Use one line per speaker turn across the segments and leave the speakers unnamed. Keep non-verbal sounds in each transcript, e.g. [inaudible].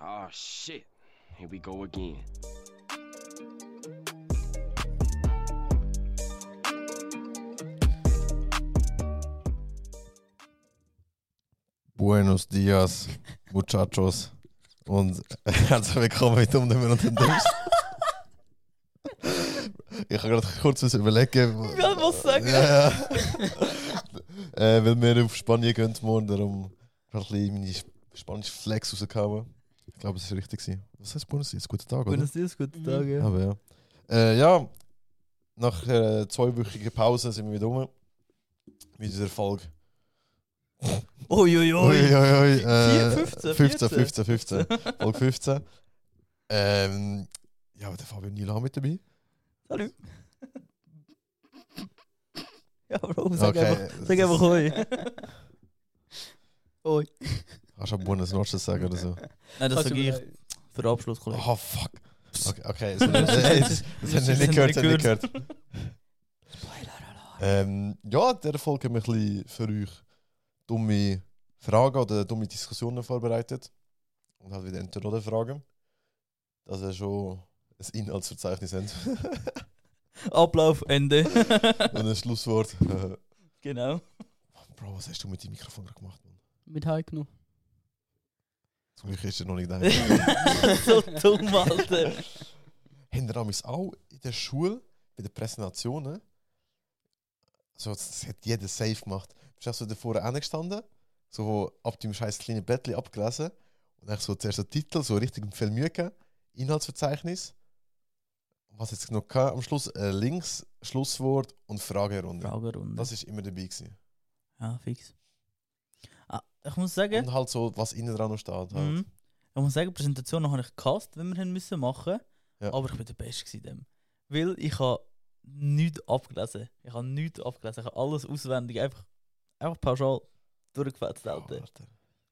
Oh shit. Here we go again.
Buenos días, muchachos. Und [laughs] herzlich willkommen mit Umnehmen und Entdecken. ich habe gerade kurz was überlegen. wo-
Ja, was sagen?
Ja, ja. äh, weil wir auf Spanien gehen morgen, darum habe ich ein bisschen meine Sp- spanische Flex rausgehauen. Ich glaube, es war richtig. gewesen. Was heißt Buenos Dias? Guten Tag, oder?
Buenos Dias, guten
Mhm.
Tag. Ja.
Aber ja. Äh, ja, nach einer zweiwöchigen Pause sind wir wieder rum. Mit dieser Folge.
Uiuiui.
Ui,
[laughs]
ui, ui, äh,
15,
15, 15,
14.
15. Folge 15. Ähm, ja, aber der Fabio Nila mit dabei.
Hallo. Ja, Bro, sag
Okay,
einfach,
das
sag einfach [laughs] Hoi. Hoi.
Kannst du auch Buenos Noches sagen oder so?
Nein, das
Also,
sage ich für den Abschluss, Kollege.
Oh, fuck. Okay, okay. Das,
[laughs]
das, das, das haben wir nicht gehört. Das haben wir nicht gehört. Ähm, ja, in dieser Folge haben wir ein bisschen für euch dumme Fragen oder dumme Diskussionen vorbereitet. Und halt wieder entweder oder Fragen. Dass ihr schon ein Inhaltsverzeichnis habt.
Ablauf,
[laughs]
Ende.
Und ein Schlusswort. [laughs]
genau.
Bro, was hast du mit dem Mikrofon gerade gemacht? Mann?
Mit High genug.
Zum Glück ist er noch nicht da.
[laughs] so
[laughs]
dumm, [laughs] Alter.
haben wir damals auch in der Schule bei den Präsentationen, so, das das hat jeder safe gemacht, bist du auch so davor angestanden, so ab dem scheiß kleinen Bettchen abgelesen und dann so zuerst den Titel, so richtig viel Mühe gegeben, Inhaltsverzeichnis. Was jetzt noch gehabt? am Schluss äh, links Schlusswort und Fragerunde.
Fragerunde.
Das ist immer dabei gewesen.
Ja, fix. Ah, ich muss sagen,
Und halt so, was innen dran noch steht. Halt.
mhm. ich muss sagen, die Präsentation habe ich gehasst, wenn wir haben müssen machen.
Ja.
Aber ich bin der Beste gewesen in dem. Weil ich habe nichts abgelesen. Ich habe nichts abgelesen. Ich habe alles auswendig, einfach, einfach pauschal durchgefetzt,
Ja,
Alter.
Alter.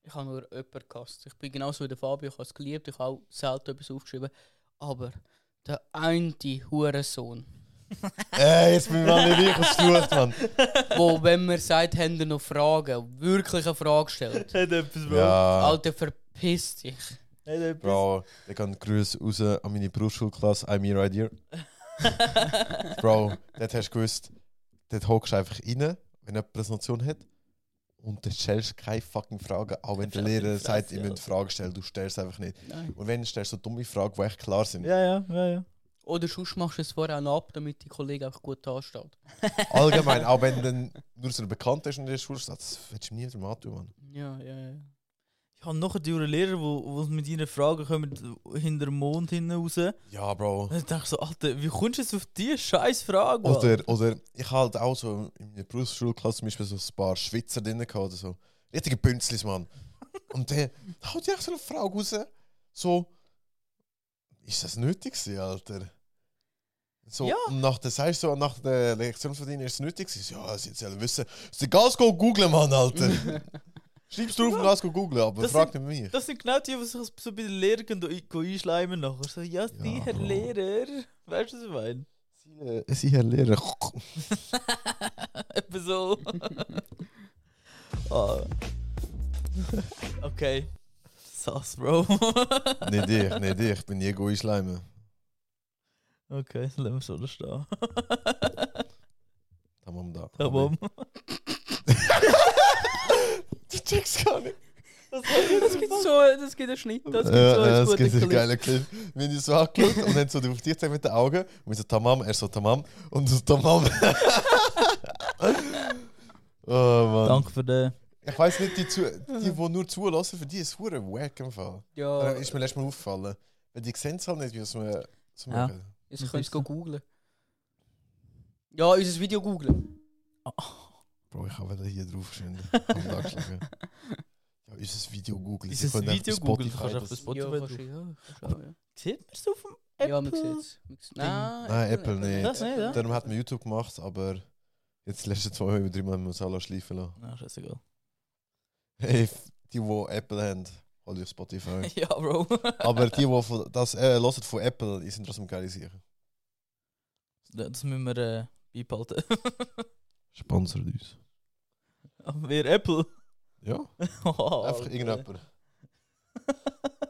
Ich habe nur jemanden gehasst. Ich bin genauso wie der Fabio, ich habe es geliebt, ich habe auch selten etwas aufgeschrieben. Aber der eine Hurensohn,
Ey, Äh, jetzt bin ich mal nicht ich was flucht, Mann.
wo, [laughs] wenn man sagt, haben ihr noch Fragen, wirklich eine Frage stellt.
Hat etwas, [laughs] Bro.
Ja,
Alter, verpiss dich.
Hat etwas.
Bro, ich kann Grüße raus an meine Berufsschulklasse, I'm here right here. Bro, dort hast du gewusst, dort hockst du einfach rein, wenn eine Präsentation hat. Und dann stellst du keine fucking Fragen, auch wenn der
Schau
Lehrer
die
sagt,
Fresse,
ihr müsst
Alter.
Fragen stellen, du stellst einfach nicht.
Nein.
Und wenn du stellst so dumme Fragen, die echt klar sind.
[laughs] Ja, ja, ja, ja.
Oder sonst machst du es vorher auch noch ab, damit die Kollegen auch gut ansteht.
Allgemein, auch wenn dann nur so ein Bekannter ist in der Schule, das willst du mir nie drum antun, Mann.
Ja, ja, ja.
Ich habe noch einen Lehrer, wo, wo mit ihren Fragen kommen, hinter dem Mond hinten raus. Und
Ja, Bro.
ich dachte so, Alter, wie kommst du jetzt auf diese scheiß Frage? Mann?
Oder, oder ich halt auch so in der Berufsschulklasse zum Beispiel so ein paar Schweizer drin gehabt oder so. Richtige Bünzlis, Mann. Und der haut ja so eine Frage raus. So, ist das nötig gewesen, Alter? So,
Ja.
Und nach der, sagst du, so, nach der Lektion von denen ist es nötig gewesen. Ja, sie sollen wissen. Sie ganz go googeln, Mann,
[laughs]
Alter. Schreib's drauf und
Ja.
ganz go googeln, aber
Das
frag nicht mich.
Das sind genau die, die sich so bei den Lehrern gehen- gehen einschleimen nachher. So, ja, die Herr
Bro.
Lehrer. Weißt du, was ich meine?
Sie, Herr Lehrer.
Etwa [laughs] so. [laughs] ah. Okay. Sass, Bro. [laughs]
nicht ich, nicht ich. Ich bin nie go einschleimen.
okay, das lassen wir so da [laughs] stehen.
Tamam da.
Tamam. [laughs]
Du checkst gar nicht.
Das gibt so, das gibt einen Schnitt, das gibt so
Ja,
einen
das
guten
gibt einen
Clip.
geilen Clip. Wir haben uns so angeschaut und haben so auf dich gezeigt mit den Augen. Und wir so, Tamam, er so, Tamam. Und so, Tamam. [laughs] oh Mann.
Danke für den.
Ich weiss nicht, die, zu, die, die nur zulassen, für die ist es verdammt wack im Fall.
Ja,
Oh.
Das Ist mir letztes Mal aufgefallen. Weil die sehen es halt nicht, wie es mir so
Ja.
machen.
jetzt könnt ihr es googeln. Ja, unser Video googeln.
Bro, ich habe hier drauf
[laughs]
geschrieben. Haben wir angeschlagen. Ja, ist das Video Google.
Ist das Video Google? Du kannst auf das
das
Spotify
ja, kannst
drauf.
du- ja, kannst du auch, ja.
Sieht man es auf dem Apple?
ja, man sieht es. Nein,
Nein, Apple nicht.
Das nicht, ja?
Darum hat man YouTube gemacht, aber jetzt die letzten zwei oder drei Mal muss ich alles schleifen lassen.
Na, scheißegal.
Hey, f- die, die Apple haben, hol dir Spotify.
[laughs] ja, Bro.
Aber
[laughs]
die, die von, das äh, hören von Apple, die sind trotzdem geile Sachen.
Das müssen wir äh, beibehalten. [laughs]
Sponsert uns.
Aber Wir Apple. [laughs]
Ja,
Oh,
einfach
Alter.
irgendjemand.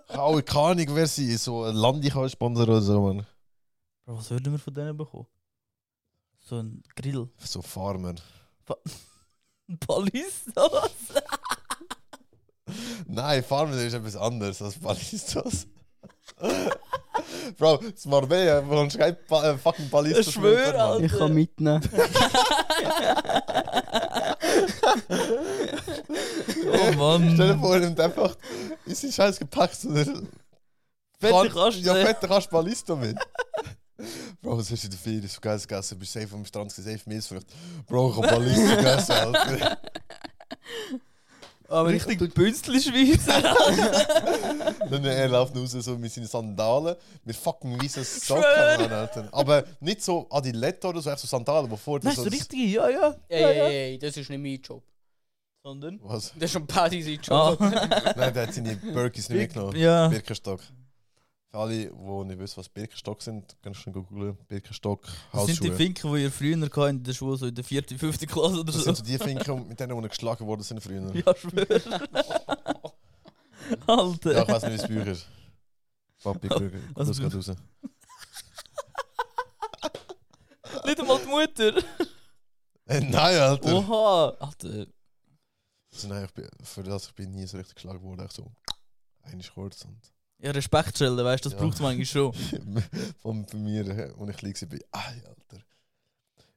Auch keine Ahnung, wer sie ist. So ein Landi kann sponsern oder so, man.
[laughs] Bro, was würden wir von denen bekommen? So ein Grill. [laughs]
So Farmer.
Ein [laughs] Palistas?
Nein, Farmer ist etwas anderes als Ballistas. Bro, das Marbella, warum schreibt pa äh, fucking Ballistas?
Ich schwöre,
mit, Mann?
Alter.
Ich kann mitnehmen.
oh Mann.
Stell dir vor, er nimmt einfach ist die Scheiß gepackt oder.
Fette
Kann-
Kasten.
Ja, fette Kasten Ballista mit. [laughs] Bro, was hast du in der Ferien so geiles gegessen? Bist safe am Strand, gewesen, safe Meeresfrucht. Bro, ich hab
[laughs]
Ballista gegessen, Alter. [laughs]
Aber richtig Bünzli-Schweizer.
Dann er läuft raus so mit seinen Sandalen, mit fucking weißen Socken
Schwör.
an, Alter. Aber nicht so Adiletto oder so, echt so Sandalen, wo vor
Nein,
so...
so richtig, ja, ja.
Ey, ey, ey, das ist nicht mein Job.
Sondern?
Was?
Das ist schon Paddy sein
Ah.
Job. [laughs]
Nein, der hat seine Birkis nicht mitgenommen.
ja.
Birkenstock. Für alle, die nicht wissen, was Birkenstock sind, kannst du googeln. Birkenstock,
Das sind die
Hausschuhe.
Finken, die ihr früher hatte in der Schule, so dus in der 4., 5. Klasse oder
Das
so.
sind so die Finken, mit denen die geschlagen worden sind früher.
Ja, schwör. Alter.
Ja, ich weiß nicht, wie es bei euch ist. Papi, guck
was
das geht raus.
[laughs] Nicht einmal die Mutter.
Äh, nein, Alter!
Oha. Alter.
Also, nein, ich bin, für das ich bin nie so richtig geschlagen worden. Echt so, eigentlich kurz. Und [laughs]
Ja, Respekt schildern, weißt du, das
Ja.
braucht man eigentlich schon.
von von mir, äh, als ich klein war, bin ich, Alter.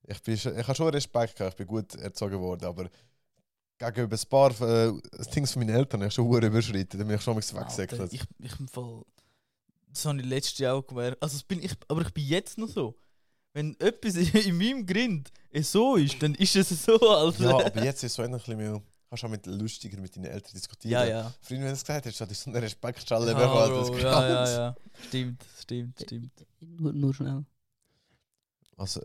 Ich, bin, schon- ich habe schon Respekt gehabt, ich bin gut erzogen worden, aber gegenüber ein paar äh, Dings von meinen Eltern habe ich schon Uhren überschritten. Dann bin ich schon mal
Alter,
weggesäckelt.
ich, ich im Fall. Das habe ich letztes Jahr auch gemerkt. Also, das bin ich, aber ich bin jetzt noch so. Wenn etwas [laughs] in meinem Grind so ist, dann ist es so,
Ja,
Alter.
aber jetzt ist so ein bisschen mehr. Kannst du auch mit lustiger mit deinen Eltern diskutieren.
[laughs] Ja, ja.
Früher, wenn du es gesagt hast, hatte ich so eine Respektschalle
Ja,
bekommen.
Bro,
Das ist
ja, ja,
krass.
ja. Stimmt, stimmt, stimmt.
[laughs] nur, nur schnell.
Also,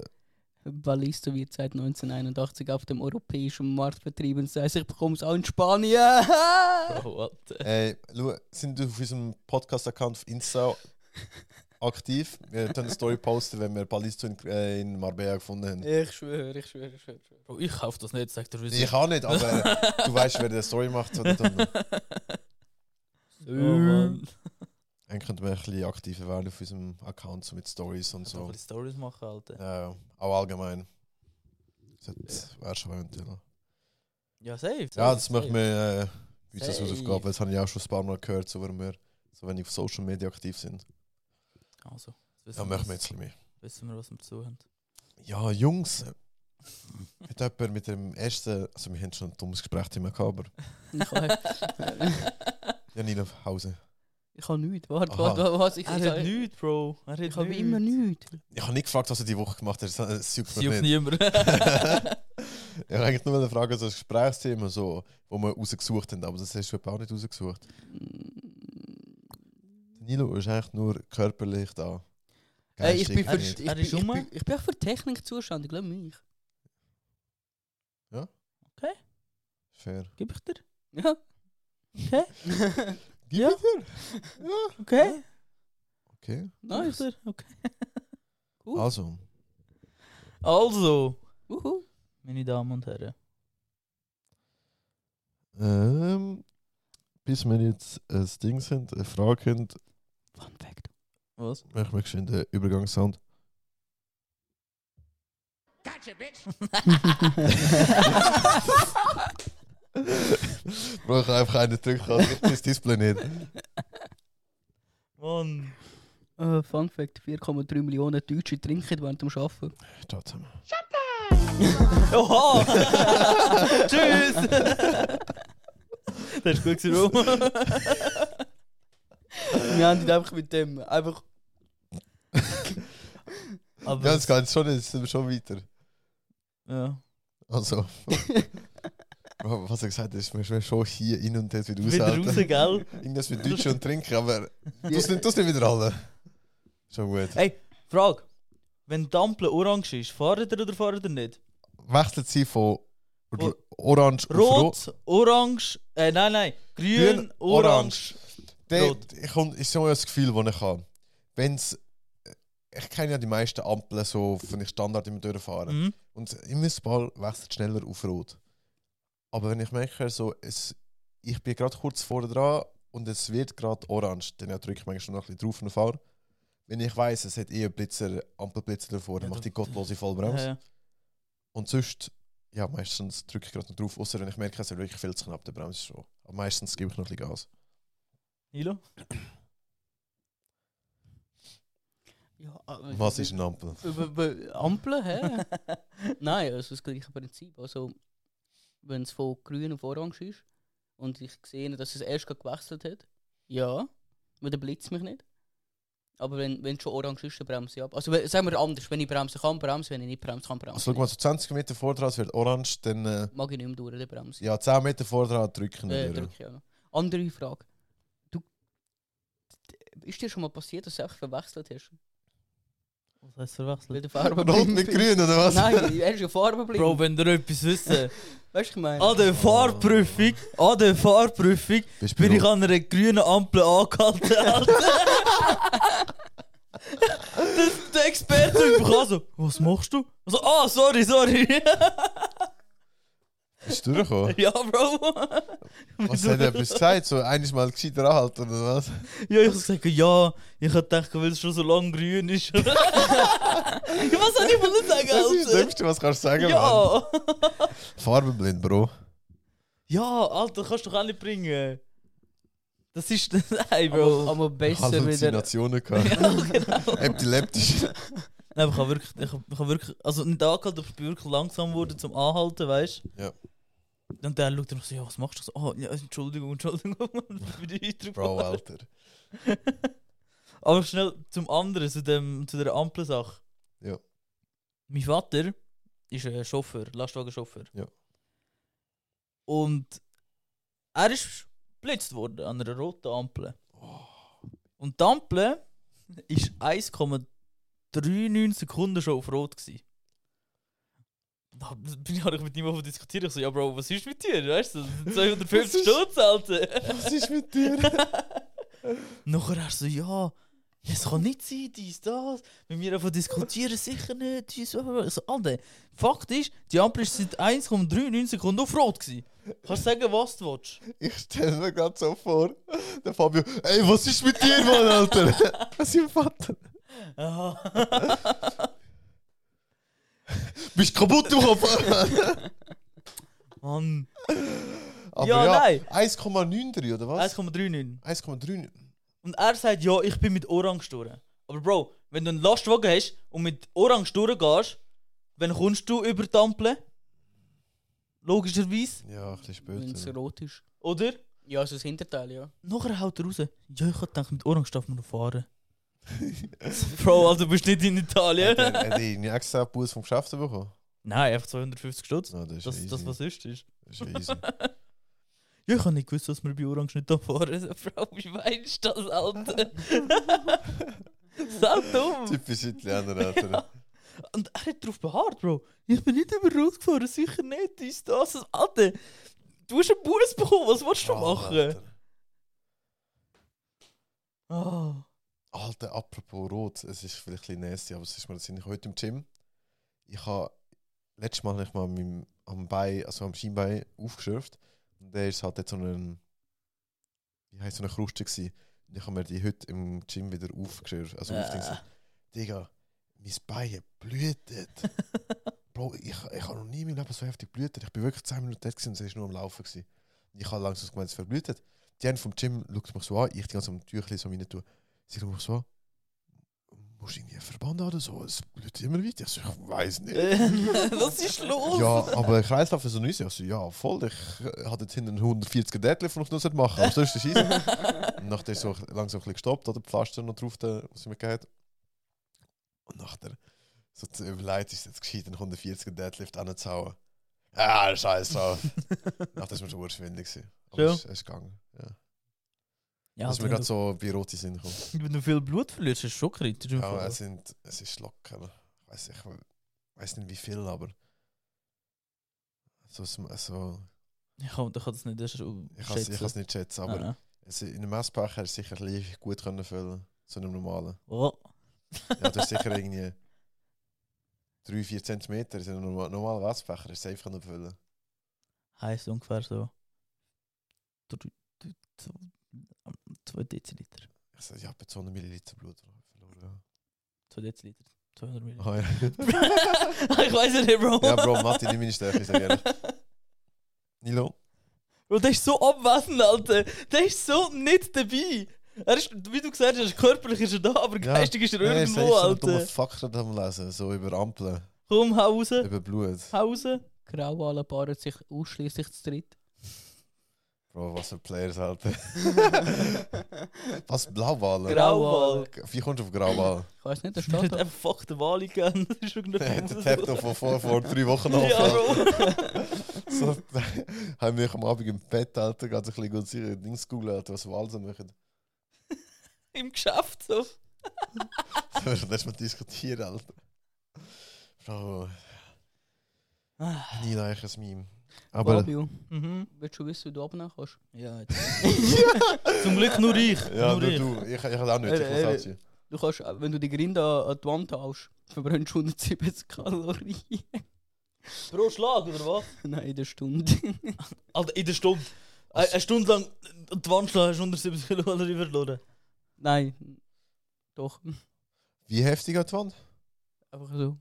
Ballista wird seit 1981 auf dem europäischen Markt vertrieben. Das heißt, ich bekomme es auch in Spanien. [laughs]
Bro, Oh, Alter.
Ey, schau, sind du auf unserem Podcast-Account auf Insta aktiv? Wir tun eine Story posten, wenn wir Palisto in, äh, in Marbella gefunden haben.
Ich schwöre, ich schwöre, ich schwöre. ich schwöre.
Bro, ich kaufe das nicht, sagt er.
Ich auch nicht, aber du weißt, wer die Story macht. So,
[laughs]
dann-
Oh, Mann.
dann könnten wir ein bisschen aktiver werden auf unserem Account, so mit Stories und
So.
so.
die Stories machen, Alter.
Ja, auch allgemein. Das wäre schon eventuell.
Ja, safe.
Ja, das macht mir äh, uns als
Safe.
Hausaufgabe. Das habe ich auch schon ein paar Mal gehört, so wenn wir, so wenn ich auf Social Media aktiv sind.
Also, jetzt wissen
Ja,
wir,
machen wir
was-
jetzt ein bisschen mehr.
Wissen wir, was wir zu haben.
Ja, Jungs. Hat jemand mit dem ersten, also wir haben schon ein dummes Gespräch immer gehabt, aber
Ich
[laughs]
habe
ja, Nilo Hause.
ich hab nichts. Warte,
Aha.
warte, warte, was? Ich, ich,
Er hat
ich,
nichts, Bro. Er hat
ich habe immer nichts.
Ich habe nicht gefragt, was er die Woche gemacht hat. Das das juckt
Das
mich
juckt
nicht. [laughs]
niemand.
Ich habe eigentlich nur eine Frage, so ein Gesprächsthema, so, wo wir rausgesucht haben, aber das hast du eben auch nicht rausgesucht. Nilo ist eigentlich nur körperlich da.
Hey, Äh, ich, bin
Geistig
für,
nicht.
ich, bin,
Er
ich,
ist um.
bin, ich bin auch für Technik zuständig, glaub mich. [laughs]
Fair.
Gib ich dir.
Ja.
Okay.
Gib
Ja.
mir dir. Ja.
Okay.
Okay.
Nice.
Nice. Okay.
Uh.
Also,
Also,
Uhu.
meine Damen und Herren.
ähm, bis wir jetzt ein Ding sind, eine Frage haben,
Fun Fact.
Was? [laughs]
machen wir schon den Übergangssound. Bro, ich habe einfach einen gedrückt, also ich das Display nicht.
Mann.
Äh, Fun Fact: 4,3 Millionen Deutsche trinken während dem Arbeiten.
Ciao zusammen.
[laughs]
[laughs]
Oha!
[laughs]
Tschüss! das ist gut gewesen, Bro.
Wir haben ihn einfach mit dem. Einfach.
Aber
Ja, das geht schon, jetzt sind wir schon weiter.
ja.
Also. [laughs] Bro, was er gesagt hat, ist mir schon- schon hier hin und dort wieder raus.
Wieder
Alter.
raus, gell?
Irgendwas mit Deutsch und Trinken, aber das nicht, das nicht wieder alle. Schon gut.
Frage. Wenn die Ampel orange ist, fahrt ihr oder fahrt ihr nicht?
Wechselt sie von r-
Rot.
Orange auf
Rot, orange, äh, nein, nein. Grün,
Grün,
orange.
Der,
Rot.
ich hab- ist so ein Gefühl, das ich habe. Wenn's, äh, ich kenne ja die meisten Ampeln, so, wenn ich Standard immer durchfahre.
Mhm.
Und im Missball wechselt schneller auf Rot. Aber wenn ich merke, so, es, ich bin gerade kurz vorne dran und es wird gerade orange, dann drücke ich manchmal noch ein bisschen drauf und fahre. Wenn ich weiß, es hat eh einen Blitzer, Ampelblitzer davor, dann
Ja,
mache ich die
du-
gottlose Vollbremse.
Ja, ja.
Und sonst, ja, meistens drücke ich gerade noch drauf, außer wenn ich merke, es ist wirklich viel zu knapp, dann bremse ich schon. Aber meistens gebe ich noch ein bisschen Gas.
Nilo?
Ja, aber-
Was ist eine Ampel?
Über, über Ampeln, hä? Nein, also das gleiche Prinzip. Also, wenn es von grün auf orange ist und ich sehe, dass es erst gerade gewechselt hat, ja, weil dann blitzt mich nicht. Aber wenn wenn es schon orange ist, dann bremse ich ab. Also we- sagen wir anders, wenn ich bremsen kann, bremse wenn ich nicht bremse kann, bremse
Also, schau mal, so 20 Meter vor dran, es wird orange, dann äh,
nicht. Mag ich nicht mehr durch, dann bremse ich.
ja, 10 Meter vor dran drücken.
äh,
wir.
drücke ich auch noch. Andere Frage. Du, ist dir schon mal passiert, dass du einfach verwechselt hast?
Was heißt
Weil
verwechselt?
du
Rot [laughs] mit
farbenblind bist?
grün, oder was?
Nein, er ist ja farbenblind.
Bro, wenn ihr etwas wissen.
Weißt du, was ich meine?
An der Fahrprüfung, an der Fahrprüfung
Bist du
bin ich
bereit?
an einer grünen Ampel
[laughs]
angehalten, Alter. das, der Experte sagt mich an so, was machst du? Also, ah, sorry, sorry. [laughs]
Bist du durchgekommen?
ja, Bro.
Was hat er etwas gesagt? So, eines Mal gescheiter anhalten, oder was?
Ja, ich habe gesagt, ja, ich hab gedacht, weil es schon so lang grün ist. [laughs] ja, was soll ich wollen sagen,
Das ist das
Alter?
Dümmste, was kannst du sagen, Mann.
Ja.
Farbenblind, Bro.
ja, Alter, kannst du doch auch nicht bringen. Das ist... [laughs] Nein, Bro.
aber, aber
also,
besser
[laughs]
wieder.
Halluzinationen gehabt.
genau.
Epileptisch.
Nein, aber ich habe wirklich, ich hab, ich hab wirklich, also nicht angehalten, aber ich bin wirklich langsam geworden zum Anhalten, weißt du?
Ja.
Und der schaut dann so, ja, was machst du? Ich So, oh, ja, Entschuldigung, Entschuldigung, [laughs] Mann, ich bin nicht eingetragen.
Bro, Alter.
Aber schnell zum anderen, zu, dem, zu der Ampelsache.
Ja.
Mein Vater ist ein Chauffeur, Lastwagenchauffeur.
Ja.
Und er ist geblitzt worden an einer roten Ampel.
Oh.
Und die Ampel [laughs] ist 1,39 Sekunden schon auf rot. Gewesen. Da bin ich eigentlich mit niemandem diskutiert. Ich so, ja, Bro, was ist mit dir? Weißt du, 250
ist-
Stutz, Alter.
Was ist mit dir?
Nachher er so, ja, es kann nicht sein, dies, das. Wenn wir davon diskutieren, sicher nicht. Dies, blablabla. ich so, Alter, Fakt ist, die Ampel ist seit 1,39 Sekunden auf Rot. Gewesen. Kannst du sagen, was du willst?
Ich stelle mir gerade so vor, der Fabio, ey, was ist mit dir, Mann, Alter? Was ist Vater? Bist kaputt im [laughs] Kopf?
Mann,
Aber
Ja, nein.
1,93 oder was?
1,39.
1,3.
Und er sagt, ja, ich bin mit Orange durch. Aber Bro, wenn du einen Lastwagen hast und mit Orange durchgehst, wann kommst du über die Ampel? Logischerweise,
Ja, ein bisschen
Wenn es
später.
rot ist.
oder?
Ja, also das Hinterteil, ja.
Nachher haut er raus. Ja, ich hab gedacht, mit Orange darf man noch
[laughs]
fahren. Bro, also bist du nicht in Italien.
Hat er- Hat er einen extra Bus vom Geschäft bekommen?
Nein, einfach 250 Stutz.
Nein, Ah, das ist
Das,
easy.
das was ist, ist.
Das ist
[laughs]
easy.
Ja, ich hab nicht gewusst, dass wir bei Orange nicht da
[laughs]
fahren. So, Frau, wie meinst du das, Alter? [laughs] Sau dumm.
Typisch Italiener, Alter.
Und er hat darauf beharrt, Bro. Ich bin nicht über Rot gefahren, sicher nicht. Ist das, das- Alter. Du hast einen Bus bekommen, was willst du
Ah,
machen?
Alter.
Ah.
Alter, apropos Rot, es ist vielleicht ein bisschen nasty, aber es ist mir das ich heute im Gym. Ich habe letztes Mal nicht mal an meinem, am Bein, also am Schienbein aufgeschürft. Und der ist halt jetzt so ein, wie heißt so eine Kruste gewesen. Und ich habe mir die heute im Gym wieder aufgeschürft. Also
Äh.
aufgeschürft. Digga, mein Bein hat blutet. Bro, ich, ich habe noch nie in meinem Leben so heftig blutet. Ich bin wirklich 10 Minuten dort gewesen und es war nur am Laufen. Gewesen. Und ich habe langsam gemeint, es verblutet. Die einen vom Gym schaut mich so an, ich die ganze Zeit am Tüchlein so rein tue. Sie schaut mich so an. Musst du irgendwie einen Verband haben oder so? Es blutet immer weiter. Ich, so, ich weiß nicht.
[laughs] was ist los?
Ja, aber Kreislauf ist so neu. Ich so, ja, voll. Ich äh, hatte jetzt hinten 140 Deadlift, den ich noch nicht machen sollte. Aber sonst ist [laughs] es easy. Und nachher ist so langsam ein bisschen gestoppt, oder? Die Pflaster noch drauf, da, was ich mir gegeben habe. Und nachher, so zu überlegt, ist es jetzt gescheit, einen 140 Deadlift anzuhauen. Ah, scheiß drauf. [laughs] nachher ist mir schon urschwindig. gewesen. Aber
Ja.
es, es ist gegangen. Ja.
Ja,
Dass
also,
mir
wenn,
gerade
du,
so bei Roti sind gekommen.
wenn du viel Blut verlierst, ist es schon kritisch. im
Ja,
Fall.
es, sind, es ist locker. Ich weiß, ich weiß nicht wie viel, aber. So, so,
Ich kann, ich kann das nicht erst schätzen.
ich kann es nicht schätzen, aber.
dus- Ah.
Also in einem Messbecher ist sicher gleich gut können füllen, zu einem normalen.
Oh.
Ja, das ist sicher irgendwie 3-4 cm. In einem norma- normalen Messbecher ist safe können füllen.
Heißt ungefähr so. drei- drei- so 2 Deziliter.
Ich sage, ich habe 200 Milliliter Blut verloren.
2 Deziliter. 200
Ja.
Milliliter.
Ah, ja.
[laughs] ich weiß es nicht, Bro.
Oh. ja, Bro, Matti, nimm meine Stärke, ich sage ehrlich. Nilo?
Bro, der ist so abwesend, Alter. Der ist so nicht dabei. Er ist, wie du gesagt hast, körperlich ist er da, aber
Ja.
geistig ist er
Nein,
irgendwo,
so einen
Alter.
dummen Faktor am Lesen, so über Ampeln,
Komm, hau raus.
über Blut.
Hau raus.
Grauwale paaren sich ausschließlich zu dritt.
Bro, was für Players, Alter. was, Blauwale?
Grauwal.
Wie kommst du auf Grauwale?
Ich weiß nicht,
[laughs] Er
der steht
hat
da.
einfach fuck den Wal [laughs] gegeben. Das ist
Der hat
irgendein
den Tab von vor, vor drei Wochen
Ja,
angefangen. [laughs]
Bro.
So, haben wir am Abend im Bett, Alter, ganz ein bisschen gut ihre Dings googeln, Alter, was wir alles machen.
Im Geschäft so.
Da werden wir erstmal diskutieren, Alter. Bro,
Ah,
nie leicht ein Meme. Aber.
Fabio,
Mhm.
willst du wissen, wie du abnehmen kannst?
Ja, [laughs] Zum Glück nur ich.
Ja,
nur
nur
ich.
du, ich, ich kann auch nicht, ich
Äh,
muss
äh,
auch ziehen.
Du kannst, äh, wenn du die Grinde an, an die Wand haust, verbrennst du 170 Kalorien.
Pro Schlag, oder was?
Nein, in der Stunde.
Alter, in der Stunde. Eine eine Stunde lang die Wand schlagen, hast du 170 Kalorien verloren.
[laughs] Nein. Doch.
Wie heftig hat die Wand?
Einfach so.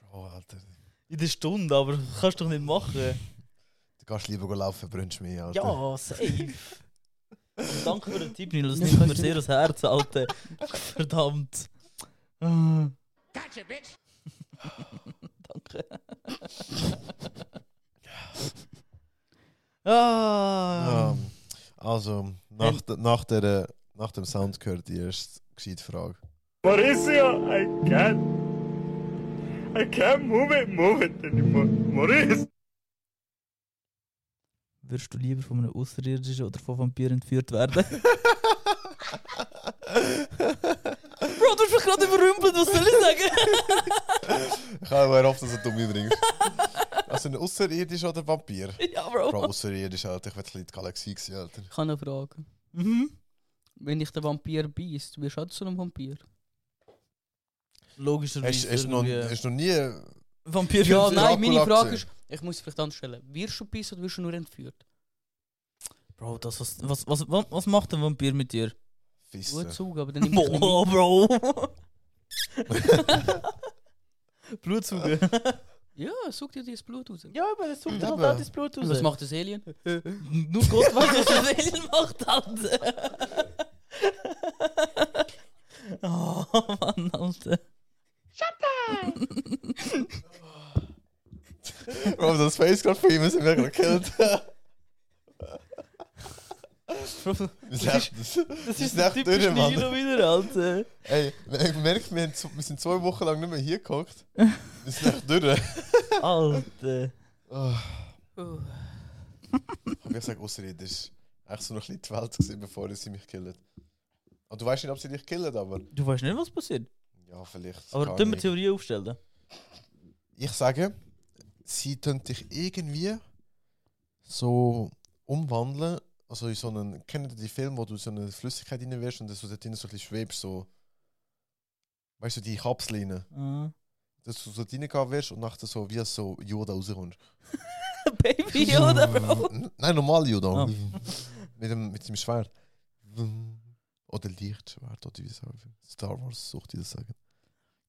Bro, Alter.
In der Stunde, aber kannst du doch nicht machen.
Du kannst lieber gehen laufen, brennst mehr, Alter.
Ja, safe. Und danke für den Tipp, Nilo. Das
Ja,
nimmt mir
kannst du
sehr das Herz, Alter. Verdammt. Ah. danke. ah.
Ähm, also, nach, de- nach, der, nach dem eh, Sound gehört die erste gescheite Frage.
Mauricio, I can't. I can't move it, move it anymore. Mauricio.
Würdest du lieber von einem Außerirdischen oder von Vampiren entführt werden? [laughs] Bro, du hast mich gerade überrumpelt, was soll ich sagen?
Ich habe aber gehofft, dass du dumm übrigens. Also, ein Außerirdischer oder Vampir?
ja, Bro. [laughs]
Bro, außerirdisch, Alter. Ich will ein bisschen die Galaxie sehen, Alter.
Ich habe eine Frage.
Mhm.
Wenn dich der Vampir beißt, wirst du auch zu einem Vampir?
Hast,
Logischerweise.
hast, du noch,
irgendwie.
hast du noch nie.
Vampir
Ja,
du
nein, meine
Dracula
Frage ist,
gesehen?
ich muss es vielleicht anders stellen. Wirst du beißt oder wirst du nur entführt?
Bro, das, was, was, was, was, was macht ein Vampir mit dir?
Gut
Fisten.
Zug,
[laughs]
aber dann nimm ich ein bisschen
Boah, [laughs] Bro! Blutzüge.
mit. Ja, such dir dein Blut raus. Äh,
Ja, aber das sucht
halt auch das
Blut
Und was macht das Alien?
Nur [laughs] Gott weiß, was das Seelen macht, Alter! [laughs] oh, Mann, Alter.
Bro, das Face gerade von ihm ist mir gerade gekillt.
[laughs]
Wir sind echt-
Das
ist
ist
echt
typisch
dünn, Mann.
Nilo wieder, Alter.
Ey, wenn ich merke, wir, haben z- wir sind zwei Wochen lang nicht mehr hier gehockt. Wir sind echt durch.
[laughs] Alter.
Oh,
[laughs] Oh.
aber ich sage, außerirdisch. Echt so noch ein bisschen die Welt gesehen, bevor sie mich killen. Und du weißt nicht, ob sie dich killen, aber.
Du weißt nicht, was passiert.
Ja, vielleicht.
Aber
keine
tun wir
Ahnung.
Theorie aufstellen.
ich sage, sie tun dich irgendwie so umwandeln, also in so einen, kennt ihr die Film, wo du so eine Flüssigkeit rein wirst und dass du da drin so ein bisschen schwebst, so, weißt du, die Kapsel rein,
Ah.
dass du so reingehen wirst und nachher so wie so Yoda
[laughs]
rauskommst.
Baby
[laughs]
Yoda, Bro.
Nein, normal Yoda.
Ah.
[laughs] Mit, dem, mit dem Schwert. Oder Lichtschwert, oder wie soll ich Star Wars, sucht die das sagen.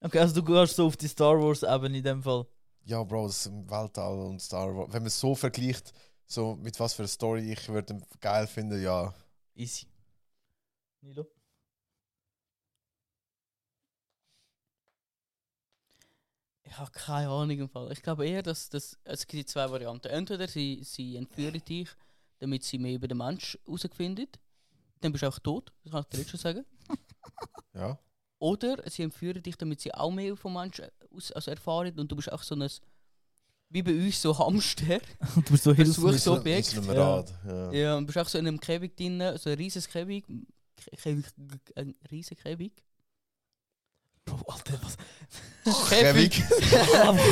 Okay, also du gehst so auf die Star Wars-Ebene in dem Fall.
Ja, Bro, das im Weltall und Star Wars. Wenn man es so vergleicht, so mit was für eine Story ich würde geil finden, ja.
Easy. Nilo?
Ich habe keine Ahnung im Fall. Ich glaube eher, dass, dass es gibt die zwei Varianten. Entweder sie, sie [laughs] entführen dich, damit sie mehr über den Mensch herausfinden. Dann bist du auch tot, das kann ich dir jetzt schon sagen.
Ja.
Oder sie entführen dich, damit sie auch mehr vom Mensch aus, also erfahren und du bist auch so ein, wie bei uns, so Hamster.
Du bist so
Versuch
Mit
so
einem- mit
Objekt.
einem
ja.
Rad. Ja.
Ja, und bist auch so in einem Käfig drin, so ein riesiges Käfig. Kä- Käfig ein riesiger Käfig.
Bro, Oh, Alter,
[laughs]
was? Oh,
Käfig.
[laughs]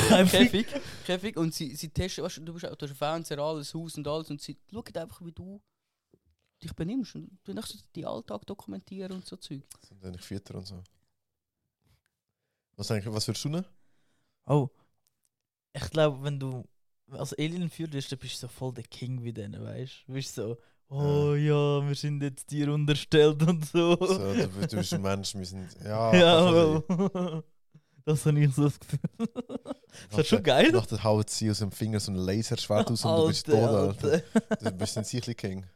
Käfig.
Käfig, Käfig und sie, sie testen, weißt, du, du bist auch durch Fernseher, alles, Haus und alles und sie schauen einfach, wie du dich benimmst und du so den Alltag dokumentieren und so Zeug.
[laughs] Und dann ich Vierter und so. Was, eigentlich, was würdest du tun?
Oh. Ich glaube, wenn du als Alien führt bist, dann bist du so voll der King wie denen, weißt du? Du bist so, oh ja. wir sind jetzt dir unterstellt und so.
So,
[laughs]
du, du bist ein Mensch, wir sind. Ja, also,
ja,
das
well. Das habe ich so das Gefühl. [laughs]
ist
Das ist schon geil.
Nach der haut sie aus dem Finger so ein Laserschwert aus und du bist tot.
Alter,
Alter.
Alter.
Du bist ein sicherlich King.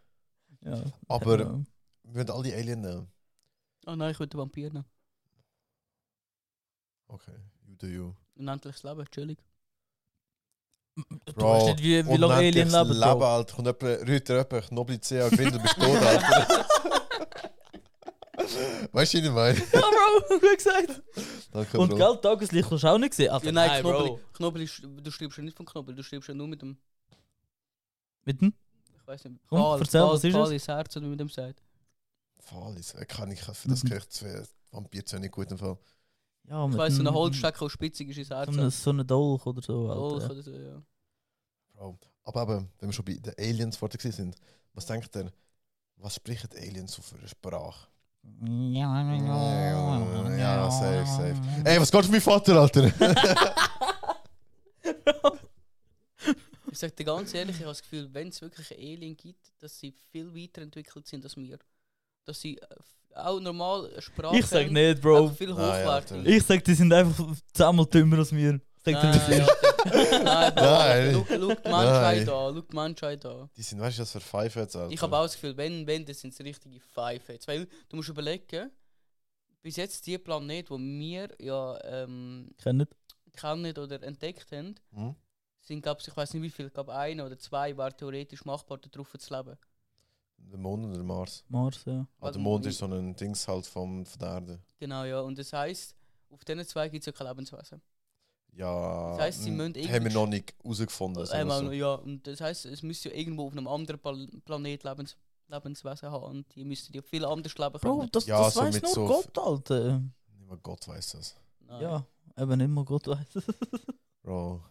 Ja.
Aber
Ja.
wir würden alle Alien nehmen.
Oh nein, ich will den Vampir nehmen.
Okay, you do you.
Unendliches Leben, chillig.
[laughs] Du
Bro,
weißt nicht, wie, wie lange Alien
Unendliches
leben.
Leben,
Bro.
Alter. Kommt jemand, rührt dir jemand, Knobli C, ein Windel, bist du tot, Alter. [laughs] weißt du, was ich
[laughs]
meine?
[laughs] Ja, Bro, [laughs] gut gesagt.
Danke,
Und
Bro.
gell, Tageslicht kannst du auch nicht sehen. Alter,
Ja, nein,
Bro.
Knobli. Knobli, ist- du stirbst ja nicht von Knobli, du stirbst ja nur mit dem.
Mit dem?
Ich weiß nicht.
Komm,
Pfahl,
erzähl,
Pfahl,
was ist
Pfahl
es?
ins Herz, oder wie man dem sagt.
Fallis, äh, kann ich für das äh,
Mhm.
Gericht zwei Vampirzähne nicht gut im Fall.
Ja,
Ich
mit
weiß, so eine
dem-
Holzstecke, die spitzig ist ins Herz.
So eine, so eine Dolch oder so. Alter.
Dolch oder so,
[laughs]
ja.
Bro. Aber eben, wenn wir schon bei den Aliens vorher gewesen sind, was denkt ihr, was sprechen die Aliens so für eine Sprache?
Ja,
Ja, safe,
Mhm.
safe. Eh, [laughs] Ey, was geht für mein Vater, Alter? [laughs]
Ich sage dir ganz ehrlich, ich habe das Gefühl, wenn es wirklich ein Alien gibt, dass sie viel weiterentwickelt sind als wir. Dass sie äh, auch normal eine Sprache
Ich sag
haben,
nicht, Bro.
einfach viel
Nein,
hochwertiger.
Alter.
Ich sag, die sind einfach zehnmal dümmer als wir. Sag dir, wie
Nein,
es ist. [laughs]
Alter. Nein, Bro,
Nein.
Alter, schau- schau die
Nein. Also.
Menschheit an, schau die Menschheit an.
Die sind, weißt du, das für Five jetzt, Alter.
Ich habe auch das Gefühl, wenn, wenn, das sind richtige Pfeifheads. Weil du musst überlegen, bis jetzt die Planet, die wir ja ähm,
Kennt
kennen oder entdeckt haben,
Hm?
sind, glaube ich, ich weiß nicht wie viel, glaube eine oder zwei war theoretisch machbar, da drauf zu leben.
Der Mond oder der Mars?
Mars, ja.
Ah,
Also,
der Mond
wie-
ist so ein Dings halt vom, von der Erde.
Genau, ja. Und das heisst, auf diesen zwei gibt es ja kein Lebenswesen.
Ja.
Das heisst, sie
hm,
müssen
Haben wir
irgendwie-
noch nicht herausgefunden. sagen wir
Äh, Einmal,
so.
ja. Und das heisst, es müsste ja irgendwo auf einem anderen Pal Planet Lebens Lebenswesen haben und die müssten ja viel anders leben
Bro,
können.
das,
Ja,
das
so
weiß
mit
nur
so-
Gott, Alter.
Nicht mal Gott weiß das.
Nein.
Ja, eben nicht mal Gott weiß es.
Bro.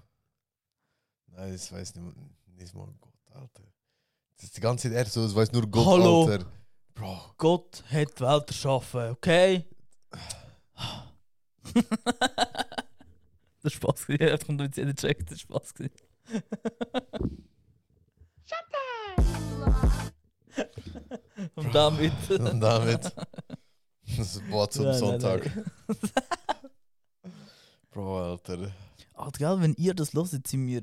Nein, das weiß nicht, mal- nicht mal Gott, Alter. Das ist die ganze Zeit ehrlich so, das weiß nur Gott,
Hallo.
Alter. Bro.
Gott hat die Welt erschaffen, [laughs] okay? das war Spaß. Jetzt kommt jetzt jeder Check, das war Spaß. Und damit.
[laughs] Und damit. Das Wort zum
Nein, nein,
Sonntag.
nein.
Bro, Alter.
Ah, gell, wenn ihr das hört, sind wir